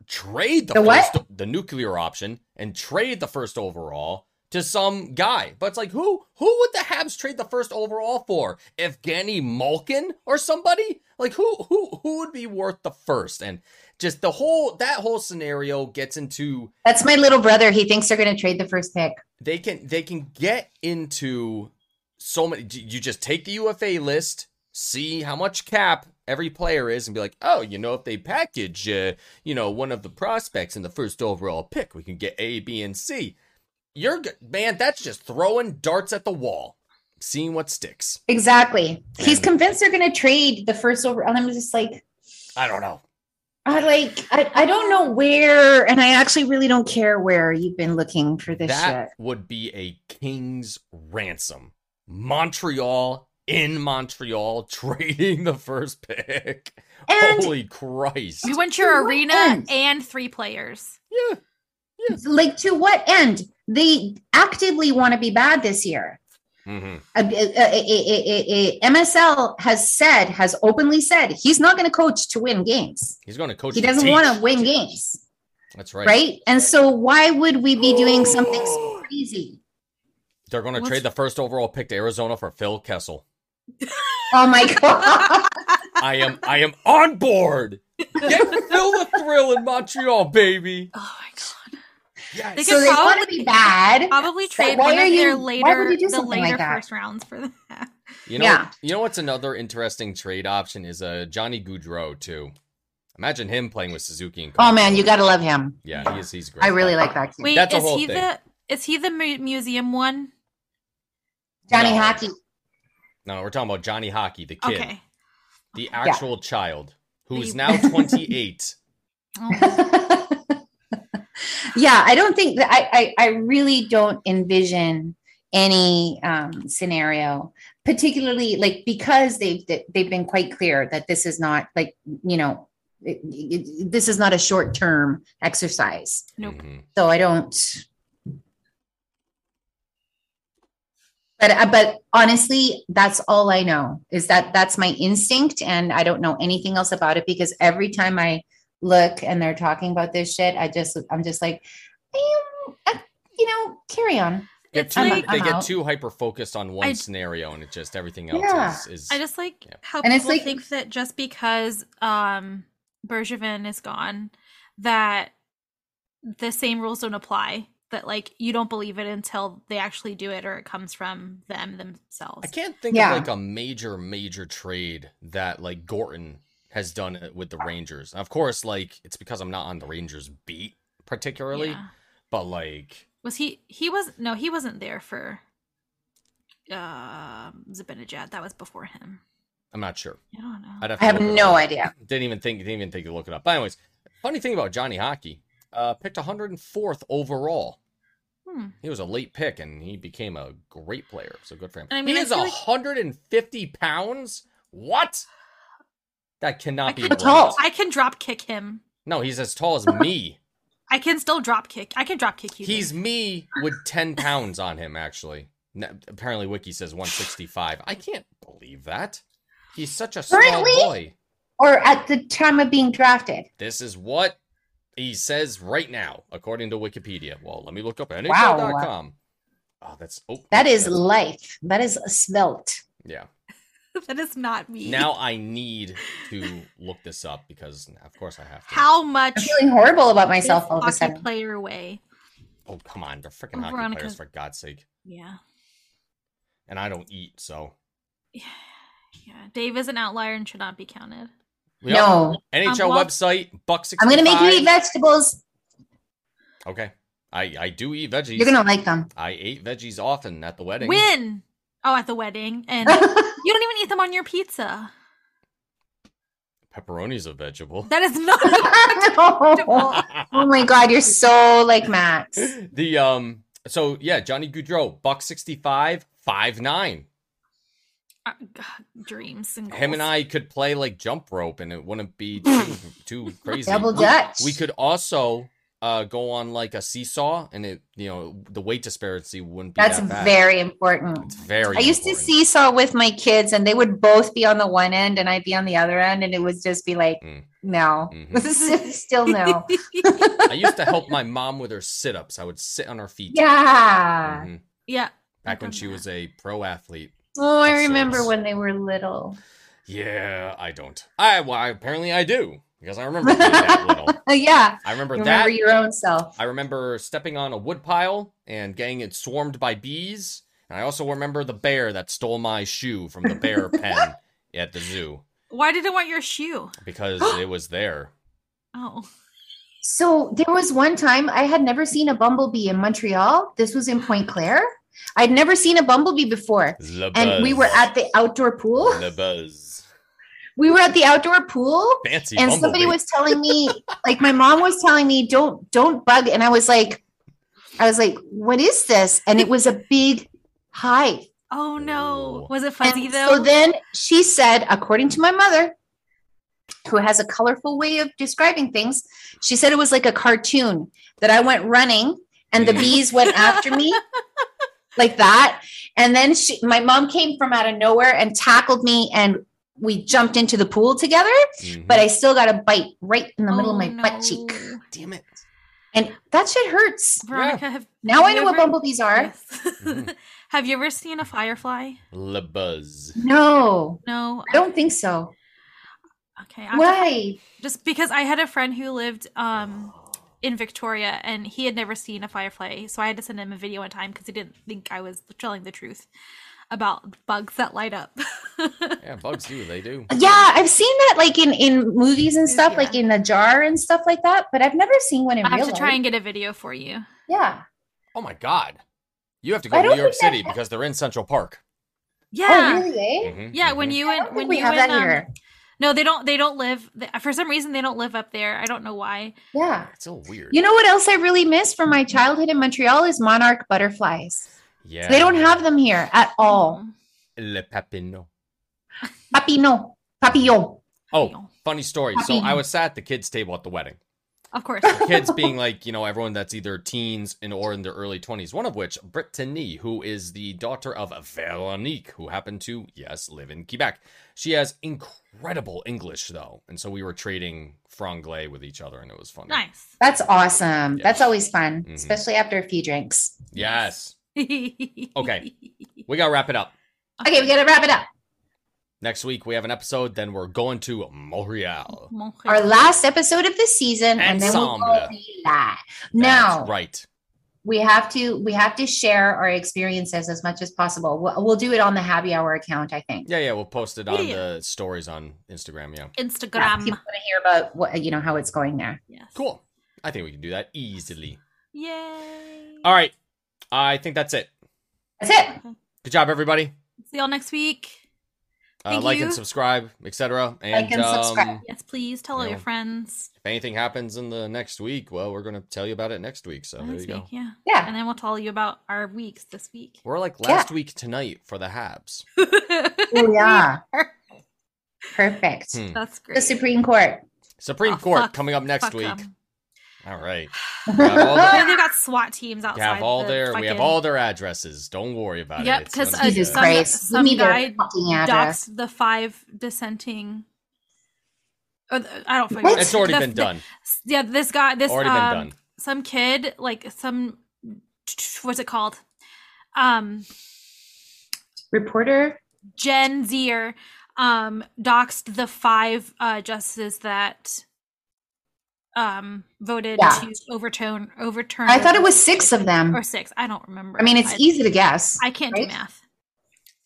[SPEAKER 1] trade the,
[SPEAKER 3] The what?
[SPEAKER 1] first the nuclear option and trade the first overall to some guy. But it's like who who would the Habs trade the first overall for? Evgeny Malkin or somebody? Like who who who would be worth the first? And just the whole that whole scenario gets into
[SPEAKER 3] That's my little brother. He thinks they're going to trade the first pick.
[SPEAKER 1] they can they can get into so many you just take the UFA list, see how much cap every player is and be like, "Oh, you know if they package uh, you know, one of the prospects in the first overall pick, we can get A, B, and C." You're g- man, that's just throwing darts at the wall, seeing what sticks.
[SPEAKER 3] Exactly. He's
[SPEAKER 1] And-
[SPEAKER 3] convinced they're going to trade the first over. And I'm just like,
[SPEAKER 1] I don't know.
[SPEAKER 3] I like, I, I don't know where, and I actually really don't care where you've been looking for this
[SPEAKER 1] that
[SPEAKER 3] shit.
[SPEAKER 1] would be a king's ransom. Montreal in Montreal trading the first pick.
[SPEAKER 3] And
[SPEAKER 1] Holy Christ.
[SPEAKER 2] You want your
[SPEAKER 3] To what
[SPEAKER 2] arena
[SPEAKER 3] end?
[SPEAKER 2] and three players.
[SPEAKER 1] Yeah.
[SPEAKER 3] like, to what end? They actively want to be bad this year.
[SPEAKER 1] Mm-hmm.
[SPEAKER 3] uh, uh, uh, uh, uh, uh, MSL has said, has openly said, he's not going to coach to win games.
[SPEAKER 1] He's going to coach.
[SPEAKER 3] He doesn't
[SPEAKER 1] teach.
[SPEAKER 3] want to win games,
[SPEAKER 1] That's right.
[SPEAKER 3] right. And so, why would we be doing something so crazy?
[SPEAKER 1] They're going to
[SPEAKER 2] What's-
[SPEAKER 1] trade the first overall pick to Arizona for Phil Kessel.
[SPEAKER 3] Oh my god!
[SPEAKER 1] I am. I am on board. Get Phil the thrill in Montreal, baby.
[SPEAKER 2] Oh my god. They
[SPEAKER 1] Yes.
[SPEAKER 3] so
[SPEAKER 2] could
[SPEAKER 3] they want to
[SPEAKER 2] probably-
[SPEAKER 3] be bad.
[SPEAKER 2] Probably
[SPEAKER 3] So
[SPEAKER 2] trade
[SPEAKER 3] why
[SPEAKER 2] one
[SPEAKER 3] are
[SPEAKER 2] of
[SPEAKER 3] you-
[SPEAKER 2] their
[SPEAKER 3] why would
[SPEAKER 2] later
[SPEAKER 3] you do
[SPEAKER 2] the
[SPEAKER 3] something like
[SPEAKER 2] later
[SPEAKER 3] that?
[SPEAKER 2] first rounds for that.
[SPEAKER 1] You know.
[SPEAKER 3] Yeah.
[SPEAKER 1] You know what's another interesting trade option is uh, Johnny Goudreau too. Imagine him playing with Suzuki and.
[SPEAKER 3] Oh
[SPEAKER 1] Kopitar.
[SPEAKER 3] man, you got to love him.
[SPEAKER 1] Yeah, he is. He's great.
[SPEAKER 3] I really like that kid.
[SPEAKER 2] Wait,
[SPEAKER 1] That's a
[SPEAKER 2] is
[SPEAKER 1] whole
[SPEAKER 2] he
[SPEAKER 1] thing.
[SPEAKER 2] the is he the mu- museum one?
[SPEAKER 3] Johnny
[SPEAKER 1] No.
[SPEAKER 3] Hockey.
[SPEAKER 1] No, we're talking about Johnny Hockey, the kid,
[SPEAKER 2] Okay.
[SPEAKER 1] the actual child who is
[SPEAKER 2] The-
[SPEAKER 1] now 28.
[SPEAKER 2] Oh,
[SPEAKER 3] yeah, I don't think that I, I I really don't envision any um scenario particularly like because they've they've been quite clear that this is not like you know it- it- this is not a short term exercise
[SPEAKER 1] Mm-hmm.
[SPEAKER 2] nope.
[SPEAKER 1] Mhm.
[SPEAKER 3] so i don't but uh, but honestly that's all i know is that that's my instinct and i don't know anything else about it because every time i look and they're talking about this shit i just i'm just like um, uh, you know carry on
[SPEAKER 1] It's
[SPEAKER 3] I'm-
[SPEAKER 1] like they
[SPEAKER 3] I'm
[SPEAKER 1] get
[SPEAKER 3] out.
[SPEAKER 1] too hyper focused on one
[SPEAKER 2] I-
[SPEAKER 1] scenario, and it just everything else
[SPEAKER 3] Yeah.
[SPEAKER 1] is. is
[SPEAKER 2] I just like
[SPEAKER 1] Yeah.
[SPEAKER 2] how
[SPEAKER 3] And it's
[SPEAKER 2] people
[SPEAKER 3] like-
[SPEAKER 2] think that just because um Bergevin is gone, that the same rules don't apply. That like you don't believe it until they actually do it, or it comes from them themselves.
[SPEAKER 1] I can't think
[SPEAKER 3] Yeah.
[SPEAKER 1] of like a major, major trade that like Gorton has done it with the Rangers. Of course, like it's because I'm not on the Rangers beat particularly,
[SPEAKER 2] Yeah.
[SPEAKER 1] but like
[SPEAKER 2] Was he? He was no. He wasn't there for um Zabinajad. That was before him.
[SPEAKER 1] I'm not sure.
[SPEAKER 2] I don't know.
[SPEAKER 1] I'd have
[SPEAKER 3] i have
[SPEAKER 1] look it
[SPEAKER 3] no
[SPEAKER 1] up.
[SPEAKER 3] idea
[SPEAKER 1] Didn't even think. Didn't even think to look it up. But anyways, funny thing about Johnny Hockey, uh, picked 104th overall.
[SPEAKER 2] Hmm.
[SPEAKER 1] He was a late pick, and he became a great player. So good for him.
[SPEAKER 2] And I mean,
[SPEAKER 1] he
[SPEAKER 2] I
[SPEAKER 1] is
[SPEAKER 2] feel like-
[SPEAKER 1] 150 pounds. What? That cannot be
[SPEAKER 2] How
[SPEAKER 1] right.
[SPEAKER 3] tall?
[SPEAKER 2] I can drop kick him.
[SPEAKER 1] No, he's as tall as me.
[SPEAKER 2] I can still drop kick. I can drop kick you.
[SPEAKER 1] He's me with 10 pounds on him, actually. N- apparently, Wiki says 165. I can't believe that. He's such a small
[SPEAKER 3] Currently?
[SPEAKER 1] boy.
[SPEAKER 3] or at the time of being drafted
[SPEAKER 1] This is what he says right now, according to Wikipedia. Well, let me look up
[SPEAKER 3] Wow.
[SPEAKER 1] NHL.com. Oh, that's. Oh,
[SPEAKER 3] that is
[SPEAKER 1] that's-
[SPEAKER 3] life that is svelte
[SPEAKER 1] Yeah.
[SPEAKER 2] that is not me.
[SPEAKER 1] Now I need to look this up because, of course, I have to.
[SPEAKER 2] how much
[SPEAKER 3] i'm feeling horrible about
[SPEAKER 2] is
[SPEAKER 3] myself all of a
[SPEAKER 2] hockey
[SPEAKER 3] sudden
[SPEAKER 2] player way?
[SPEAKER 1] Oh, come on. They're freaking hockey
[SPEAKER 2] Veronica.
[SPEAKER 1] players, for God's sake.
[SPEAKER 2] Yeah.
[SPEAKER 1] And I don't eat, so.
[SPEAKER 2] Yeah, Dave is an outlier and should not be counted.
[SPEAKER 1] Yep.
[SPEAKER 3] no
[SPEAKER 1] NHL
[SPEAKER 2] Um, well-
[SPEAKER 1] website, buck
[SPEAKER 3] i'm
[SPEAKER 1] 65.
[SPEAKER 3] gonna make you eat vegetables
[SPEAKER 1] Okay. I, I do eat veggies.
[SPEAKER 3] you're gonna like them
[SPEAKER 1] I ate veggies often at the wedding.
[SPEAKER 2] Win. Oh, at the wedding, and you don't even eat them on your pizza.
[SPEAKER 1] Pepperoni's a vegetable.
[SPEAKER 2] That is not.
[SPEAKER 3] No. Oh my god, you're so like Max.
[SPEAKER 1] the um so yeah, Johnny Goudreau, buck 65, 5'9.
[SPEAKER 2] Uh, God, Dreams and
[SPEAKER 1] Him and
[SPEAKER 2] goals.
[SPEAKER 1] I could play like jump rope and it wouldn't be too, too crazy.
[SPEAKER 3] Double
[SPEAKER 1] we,
[SPEAKER 3] Dutch.
[SPEAKER 1] we could also uh go on like a seesaw and it you know the weight disparity wouldn't be
[SPEAKER 3] That's
[SPEAKER 1] that bad.
[SPEAKER 3] very important.
[SPEAKER 1] it's very
[SPEAKER 3] I used to
[SPEAKER 1] important.
[SPEAKER 3] seesaw with my kids, and they would both be on the one end, and I'd be on the other end, and it would just be like,
[SPEAKER 1] Mm.
[SPEAKER 3] no,
[SPEAKER 1] Mhm.
[SPEAKER 3] this is still Oh, no.
[SPEAKER 1] I used to help my mom with her sit-ups. I would sit on her feet.
[SPEAKER 3] yeah.
[SPEAKER 1] Mhm.
[SPEAKER 2] yeah.
[SPEAKER 1] Back when she was a pro athlete.
[SPEAKER 3] Oh, I
[SPEAKER 1] That's
[SPEAKER 3] remember
[SPEAKER 1] nice.
[SPEAKER 3] when they were little.
[SPEAKER 1] Yeah, I don't. I well, I- apparently I do because I remember being that little.
[SPEAKER 3] Uh, yeah,
[SPEAKER 1] I remember
[SPEAKER 3] you
[SPEAKER 1] that.
[SPEAKER 3] remember your own self.
[SPEAKER 1] I remember stepping on a wood pile and getting it swarmed by bees. And I also remember the bear that stole my shoe from the bear pen at the zoo
[SPEAKER 2] Why did it want your shoe?
[SPEAKER 1] because it was there.
[SPEAKER 2] Oh,
[SPEAKER 3] So there was one time I had never seen a bumblebee in Montreal. This was in Point Claire. I'd never seen a bumblebee before,
[SPEAKER 1] Le buzz.
[SPEAKER 3] and we were at the outdoor pool.
[SPEAKER 1] Le buzz.
[SPEAKER 3] We were at the outdoor pool,
[SPEAKER 1] Fancy
[SPEAKER 3] and
[SPEAKER 1] bumblebee.
[SPEAKER 3] somebody was telling me like my mom was telling me don't don't bug and i was like i was like what is this and it was a big hive
[SPEAKER 2] oh no!
[SPEAKER 1] Ooh.
[SPEAKER 2] Was it fuzzy
[SPEAKER 3] and
[SPEAKER 2] though?
[SPEAKER 3] so then she said according to my mother who has a colorful way of describing things she said it was like a cartoon that i went running and the
[SPEAKER 1] Mm.
[SPEAKER 3] bees went after me like that and then she, my mom came from out of nowhere and tackled me and we jumped into the pool together
[SPEAKER 1] Mhm.
[SPEAKER 3] but I still got a bite right in the middle of
[SPEAKER 2] Oh,
[SPEAKER 3] my butt cheek.
[SPEAKER 2] no.
[SPEAKER 1] Damn it.
[SPEAKER 3] And that shit hurts.
[SPEAKER 2] Veronica, have
[SPEAKER 3] Now I
[SPEAKER 2] you
[SPEAKER 3] know what
[SPEAKER 2] ever-
[SPEAKER 3] bumblebees are.
[SPEAKER 2] Yes.
[SPEAKER 1] Mhm.
[SPEAKER 2] have you ever seen a firefly?
[SPEAKER 1] Le buzz.
[SPEAKER 3] No,
[SPEAKER 2] No.
[SPEAKER 3] I don't think so.
[SPEAKER 2] Okay. I have to
[SPEAKER 3] Why?
[SPEAKER 2] just because I had a friend who lived um in Victoria and he had never seen a firefly, so I had to send him a video in time because he didn't think I was telling the truth about bugs that light up.
[SPEAKER 1] Yeah, bugs do. They do.
[SPEAKER 3] Yeah, I've seen that like in in movies and stuff,
[SPEAKER 2] Yeah.
[SPEAKER 3] like in a jar and stuff like that. But I've never seen one in
[SPEAKER 2] I
[SPEAKER 3] real
[SPEAKER 2] have to
[SPEAKER 3] life.
[SPEAKER 2] try and get a video for you.
[SPEAKER 3] yeah,
[SPEAKER 1] Oh my God. You have to
[SPEAKER 3] I
[SPEAKER 1] go to
[SPEAKER 3] don't
[SPEAKER 1] New York
[SPEAKER 3] think that-
[SPEAKER 1] City because they're in Central Park.
[SPEAKER 2] Yeah.
[SPEAKER 3] oh really? Eh?
[SPEAKER 1] Mhm,
[SPEAKER 2] Yeah,
[SPEAKER 1] mhm.
[SPEAKER 2] when you
[SPEAKER 3] I don't
[SPEAKER 2] and
[SPEAKER 3] think
[SPEAKER 2] when
[SPEAKER 3] we
[SPEAKER 2] you
[SPEAKER 3] have
[SPEAKER 2] and,
[SPEAKER 3] that
[SPEAKER 2] um,
[SPEAKER 3] here.
[SPEAKER 2] no, they don't. They don't live th- for some reason. They don't live up there. I don't know why.
[SPEAKER 3] Yeah.
[SPEAKER 1] It's so weird.
[SPEAKER 3] You know what else I really miss from my childhood in Montreal is monarch butterflies.
[SPEAKER 1] yeah.
[SPEAKER 3] They don't have them here at all.
[SPEAKER 2] Mm.
[SPEAKER 1] Le Papillon.
[SPEAKER 2] Mm-hmm.
[SPEAKER 3] Papillon, papillon.
[SPEAKER 1] Oh, funny story. So
[SPEAKER 3] Papillon.
[SPEAKER 1] I was sat at the kids' table at the wedding,
[SPEAKER 2] Of course.
[SPEAKER 1] kids being like you know everyone that's either teens and or in their early 20s one of which brittany who is the daughter of veronique who happened to yes live in quebec she has incredible english though and so we were trading franglais with each other and it was funny
[SPEAKER 2] Nice.
[SPEAKER 3] That's awesome.
[SPEAKER 1] Yes.
[SPEAKER 3] That's always fun,
[SPEAKER 1] Mhm.
[SPEAKER 3] especially after a few drinks.
[SPEAKER 1] yes Okay. we gotta wrap it up
[SPEAKER 3] Okay, we gotta wrap it up.
[SPEAKER 1] next week we have an episode then we're going to montreal
[SPEAKER 2] Montreal.
[SPEAKER 3] Our last episode of the season, and then we'll
[SPEAKER 1] Ensemble.
[SPEAKER 3] go live. Now,
[SPEAKER 1] That's right
[SPEAKER 3] we have to we have to share our experiences as much as possible. We'll, we'll do it on the happy hour account, I think.
[SPEAKER 1] yeah yeah we'll post it on
[SPEAKER 2] Yeah.
[SPEAKER 1] the stories on instagram yeah
[SPEAKER 3] Yeah,
[SPEAKER 2] Instagram.
[SPEAKER 3] people want to hear about what you know how it's going there.
[SPEAKER 2] Yes.
[SPEAKER 1] cool i think we can do that easily
[SPEAKER 2] Yay.
[SPEAKER 1] all right i think that's it
[SPEAKER 3] That's it.
[SPEAKER 1] good job everybody
[SPEAKER 2] See y'all next week.
[SPEAKER 1] uh,
[SPEAKER 2] Thank
[SPEAKER 1] like and
[SPEAKER 2] you.
[SPEAKER 1] subscribe, etc. And,
[SPEAKER 3] and subscribe.
[SPEAKER 1] Um,
[SPEAKER 2] Yes, please tell all
[SPEAKER 1] Yeah.
[SPEAKER 2] your friends.
[SPEAKER 1] if anything happens in the next week, well, we're gonna tell you about it next week. So there
[SPEAKER 2] next
[SPEAKER 1] you go.
[SPEAKER 2] week, yeah.
[SPEAKER 3] Yeah.
[SPEAKER 2] And then we'll tell you about our weeks this week.
[SPEAKER 1] We're like last week tonight for the Habs.
[SPEAKER 3] Oh, yeah.
[SPEAKER 2] are.
[SPEAKER 3] Perfect.
[SPEAKER 1] Hmm.
[SPEAKER 2] That's great.
[SPEAKER 3] The Supreme Court.
[SPEAKER 1] Supreme
[SPEAKER 2] Oh,
[SPEAKER 1] Court
[SPEAKER 2] fuck-
[SPEAKER 1] coming up next
[SPEAKER 2] Fuck
[SPEAKER 1] week.
[SPEAKER 2] 'em.
[SPEAKER 1] All right, Got all
[SPEAKER 2] I
[SPEAKER 1] the-
[SPEAKER 2] mean, they've got SWAT teams
[SPEAKER 1] we
[SPEAKER 2] outside.
[SPEAKER 1] have all
[SPEAKER 2] the
[SPEAKER 1] their we have
[SPEAKER 2] fucking-
[SPEAKER 1] all their addresses. Don't worry about
[SPEAKER 2] Yep,
[SPEAKER 1] it. It's
[SPEAKER 2] 'cause,
[SPEAKER 1] gonna
[SPEAKER 2] uh,
[SPEAKER 1] be
[SPEAKER 3] Jesus
[SPEAKER 1] good.
[SPEAKER 2] some-
[SPEAKER 3] Christ. Give
[SPEAKER 2] some
[SPEAKER 3] me their
[SPEAKER 2] guy
[SPEAKER 3] fucking address.
[SPEAKER 2] doxed the five dissenting. Or the, I don't fucking.
[SPEAKER 3] What?
[SPEAKER 1] it's already
[SPEAKER 2] the-
[SPEAKER 1] been
[SPEAKER 2] the-
[SPEAKER 1] done.
[SPEAKER 2] yeah, this guy. This
[SPEAKER 1] already
[SPEAKER 2] um,
[SPEAKER 1] been done.
[SPEAKER 2] some kid like some what's it called um
[SPEAKER 3] Reporter.
[SPEAKER 2] gen zer um doxed the five uh justices that um voted
[SPEAKER 3] Yeah.
[SPEAKER 2] to overturn overturn
[SPEAKER 3] I thought it was six of them.
[SPEAKER 2] or six i don't remember
[SPEAKER 3] I mean, it's
[SPEAKER 2] I,
[SPEAKER 3] easy to guess.
[SPEAKER 2] I can't do
[SPEAKER 3] right?
[SPEAKER 2] math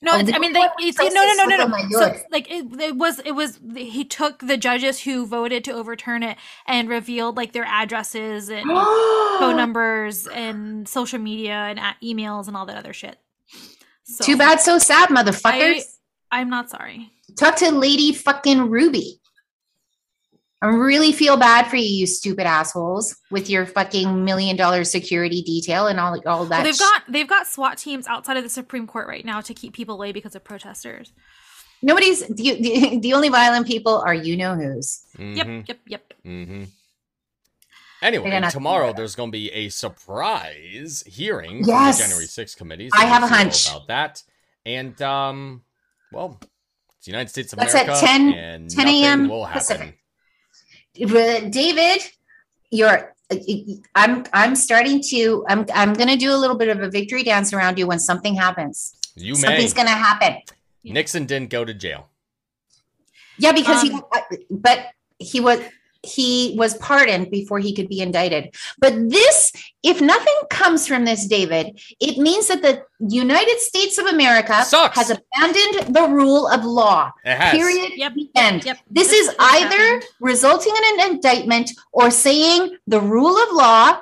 [SPEAKER 2] no
[SPEAKER 3] Oh,
[SPEAKER 2] it's,
[SPEAKER 3] we
[SPEAKER 2] i mean they
[SPEAKER 3] don't
[SPEAKER 2] it's, no
[SPEAKER 3] want
[SPEAKER 2] no no
[SPEAKER 3] justice
[SPEAKER 2] no no
[SPEAKER 3] with my
[SPEAKER 2] so,
[SPEAKER 3] good.
[SPEAKER 2] like it, it was it was he took the judges who voted to overturn it and revealed like their addresses and phone numbers and social media and at emails and all that other shit. So,
[SPEAKER 3] Too bad, so sad, motherfuckers.
[SPEAKER 2] I'm not sorry.
[SPEAKER 3] Talk to Lady fucking Ruby. I really feel bad for you, you stupid assholes, with your fucking million dollar security detail and all all that.
[SPEAKER 2] Well, they've
[SPEAKER 3] sh-
[SPEAKER 2] got they've got SWAT teams outside of the Supreme Court right now to keep people away because of protesters.
[SPEAKER 3] nobody's the, the, the only violent people are you know who's.
[SPEAKER 1] Mhm,
[SPEAKER 2] Yep, yep, yep.
[SPEAKER 1] mhm.
[SPEAKER 3] They're
[SPEAKER 1] Anyway,
[SPEAKER 3] gonna-
[SPEAKER 1] tomorrow there's going to be a surprise hearing
[SPEAKER 3] Yes.
[SPEAKER 1] from the January 6th committee.
[SPEAKER 3] I have a
[SPEAKER 1] we'll know
[SPEAKER 3] hunch.
[SPEAKER 1] about that. And um, well, it's the United States of
[SPEAKER 3] That's at
[SPEAKER 1] America.
[SPEAKER 3] 10
[SPEAKER 1] and
[SPEAKER 3] 10 a.m.
[SPEAKER 1] nothing will happen.
[SPEAKER 3] Pacific. But David, you're I'm I'm starting to I'm I'm gonna do a little bit of a victory dance around you when something happens.
[SPEAKER 1] You may.
[SPEAKER 3] Something's gonna happen.
[SPEAKER 1] Nixon didn't go to jail.
[SPEAKER 3] Yeah, because
[SPEAKER 2] Um,
[SPEAKER 3] he, but he was he was pardoned before he could be indicted. But this, if nothing comes from this, David, it means that the United States of America
[SPEAKER 1] Sucks.
[SPEAKER 3] has abandoned the rule of law.
[SPEAKER 1] It has.
[SPEAKER 3] Period.
[SPEAKER 2] Yep,
[SPEAKER 3] The End.
[SPEAKER 2] yep.
[SPEAKER 3] This,
[SPEAKER 2] This
[SPEAKER 3] is
[SPEAKER 2] is what
[SPEAKER 3] either
[SPEAKER 2] happened.
[SPEAKER 3] resulting in an indictment or saying the rule of law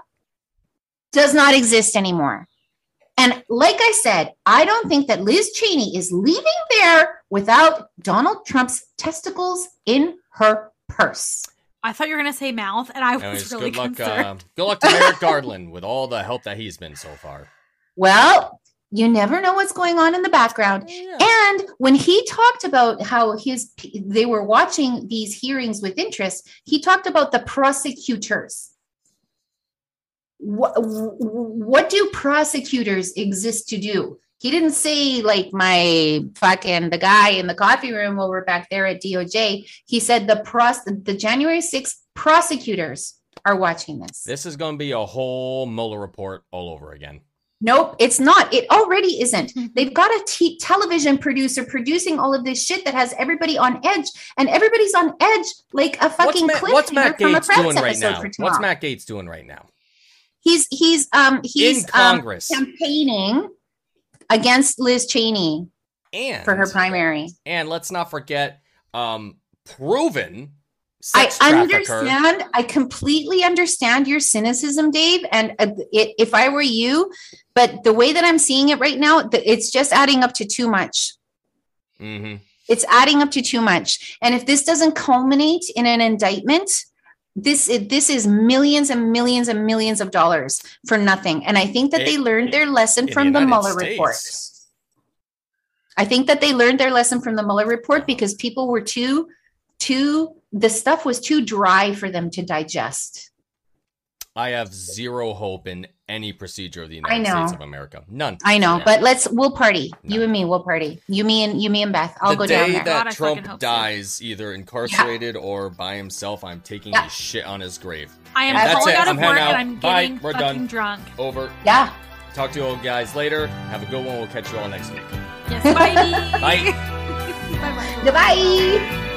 [SPEAKER 3] does not exist anymore. And like I said, I don't think that Liz Cheney is leaving there without Donald Trump's testicles in her purse.
[SPEAKER 2] I thought you were gonna say mouth, and I was
[SPEAKER 1] Anyways,
[SPEAKER 2] really
[SPEAKER 1] good luck.
[SPEAKER 2] concerned.
[SPEAKER 1] Uh, good luck to Merrick Garland with all the help that he's been so far.
[SPEAKER 3] Well, you never know what's going on in the background. And when he talked about how his they were watching these hearings with interest, he talked about the prosecutors. What what do prosecutors exist to do? He didn't say like my fucking the guy in the coffee room over back there at DOJ. He said the pros the January 6th prosecutors are watching this.
[SPEAKER 1] This is going to be a whole Mueller report all over again.
[SPEAKER 3] Nope, it's not. It already isn't. They've got a t- television producer producing all of this shit that has everybody on edge, and everybody's on edge like a
[SPEAKER 1] What's
[SPEAKER 3] fucking
[SPEAKER 1] Matt, what's Matt
[SPEAKER 3] cliffhanger from a
[SPEAKER 1] Gates doing
[SPEAKER 3] Friends
[SPEAKER 1] right
[SPEAKER 3] episode
[SPEAKER 1] now?
[SPEAKER 3] for tomorrow.
[SPEAKER 1] What's Matt Gates doing right now?
[SPEAKER 3] He's he's um he's
[SPEAKER 1] In
[SPEAKER 3] um
[SPEAKER 1] Congress
[SPEAKER 3] campaigning against Liz Cheney
[SPEAKER 1] and
[SPEAKER 3] for her primary.
[SPEAKER 1] And let's not forget, um, proven
[SPEAKER 3] I
[SPEAKER 1] sex trafficker.
[SPEAKER 3] understand. I completely understand your cynicism, Dave. And uh, it, if I were you, but the way that I'm seeing it right now, th- it's just adding up to too much.
[SPEAKER 1] hmm
[SPEAKER 3] it's adding up to too much and if this doesn't culminate in an indictment this is, this is millions and millions and millions of dollars for nothing and i think that they
[SPEAKER 1] In-
[SPEAKER 3] learned their lesson
[SPEAKER 1] in
[SPEAKER 3] from the
[SPEAKER 1] United
[SPEAKER 3] Mueller report
[SPEAKER 1] States.
[SPEAKER 3] i think that they learned their lesson from the Mueller report because people were too too the stuff was too dry for them to digest
[SPEAKER 1] I have zero hope in any procedure of the
[SPEAKER 3] I
[SPEAKER 1] United
[SPEAKER 3] know.
[SPEAKER 1] States of America. None.
[SPEAKER 3] I know,
[SPEAKER 1] Yeah.
[SPEAKER 3] but let's we'll party. You
[SPEAKER 1] No.
[SPEAKER 3] and me, we'll party. You me and you me and Beth. I'll
[SPEAKER 1] the
[SPEAKER 3] go
[SPEAKER 1] day
[SPEAKER 3] down there.
[SPEAKER 2] God,
[SPEAKER 1] that
[SPEAKER 2] I fucking
[SPEAKER 1] Trump
[SPEAKER 2] hope so.
[SPEAKER 1] dies, either incarcerated or by himself, I'm taking
[SPEAKER 3] Yeah.
[SPEAKER 1] a shit on his grave.
[SPEAKER 2] I am
[SPEAKER 3] That's
[SPEAKER 2] calling
[SPEAKER 3] it.
[SPEAKER 2] out
[SPEAKER 1] I'm
[SPEAKER 2] of work
[SPEAKER 1] heading out.
[SPEAKER 2] and I'm
[SPEAKER 1] Bye.
[SPEAKER 2] getting
[SPEAKER 1] We're
[SPEAKER 2] fucking
[SPEAKER 1] done.
[SPEAKER 2] drunk.
[SPEAKER 1] Over.
[SPEAKER 3] yeah.
[SPEAKER 1] Talk to you all guys later. Have a good one. We'll catch you all next week.
[SPEAKER 2] Yes, bye.
[SPEAKER 1] Bye.
[SPEAKER 2] Bye. Bye.
[SPEAKER 3] Goodbye.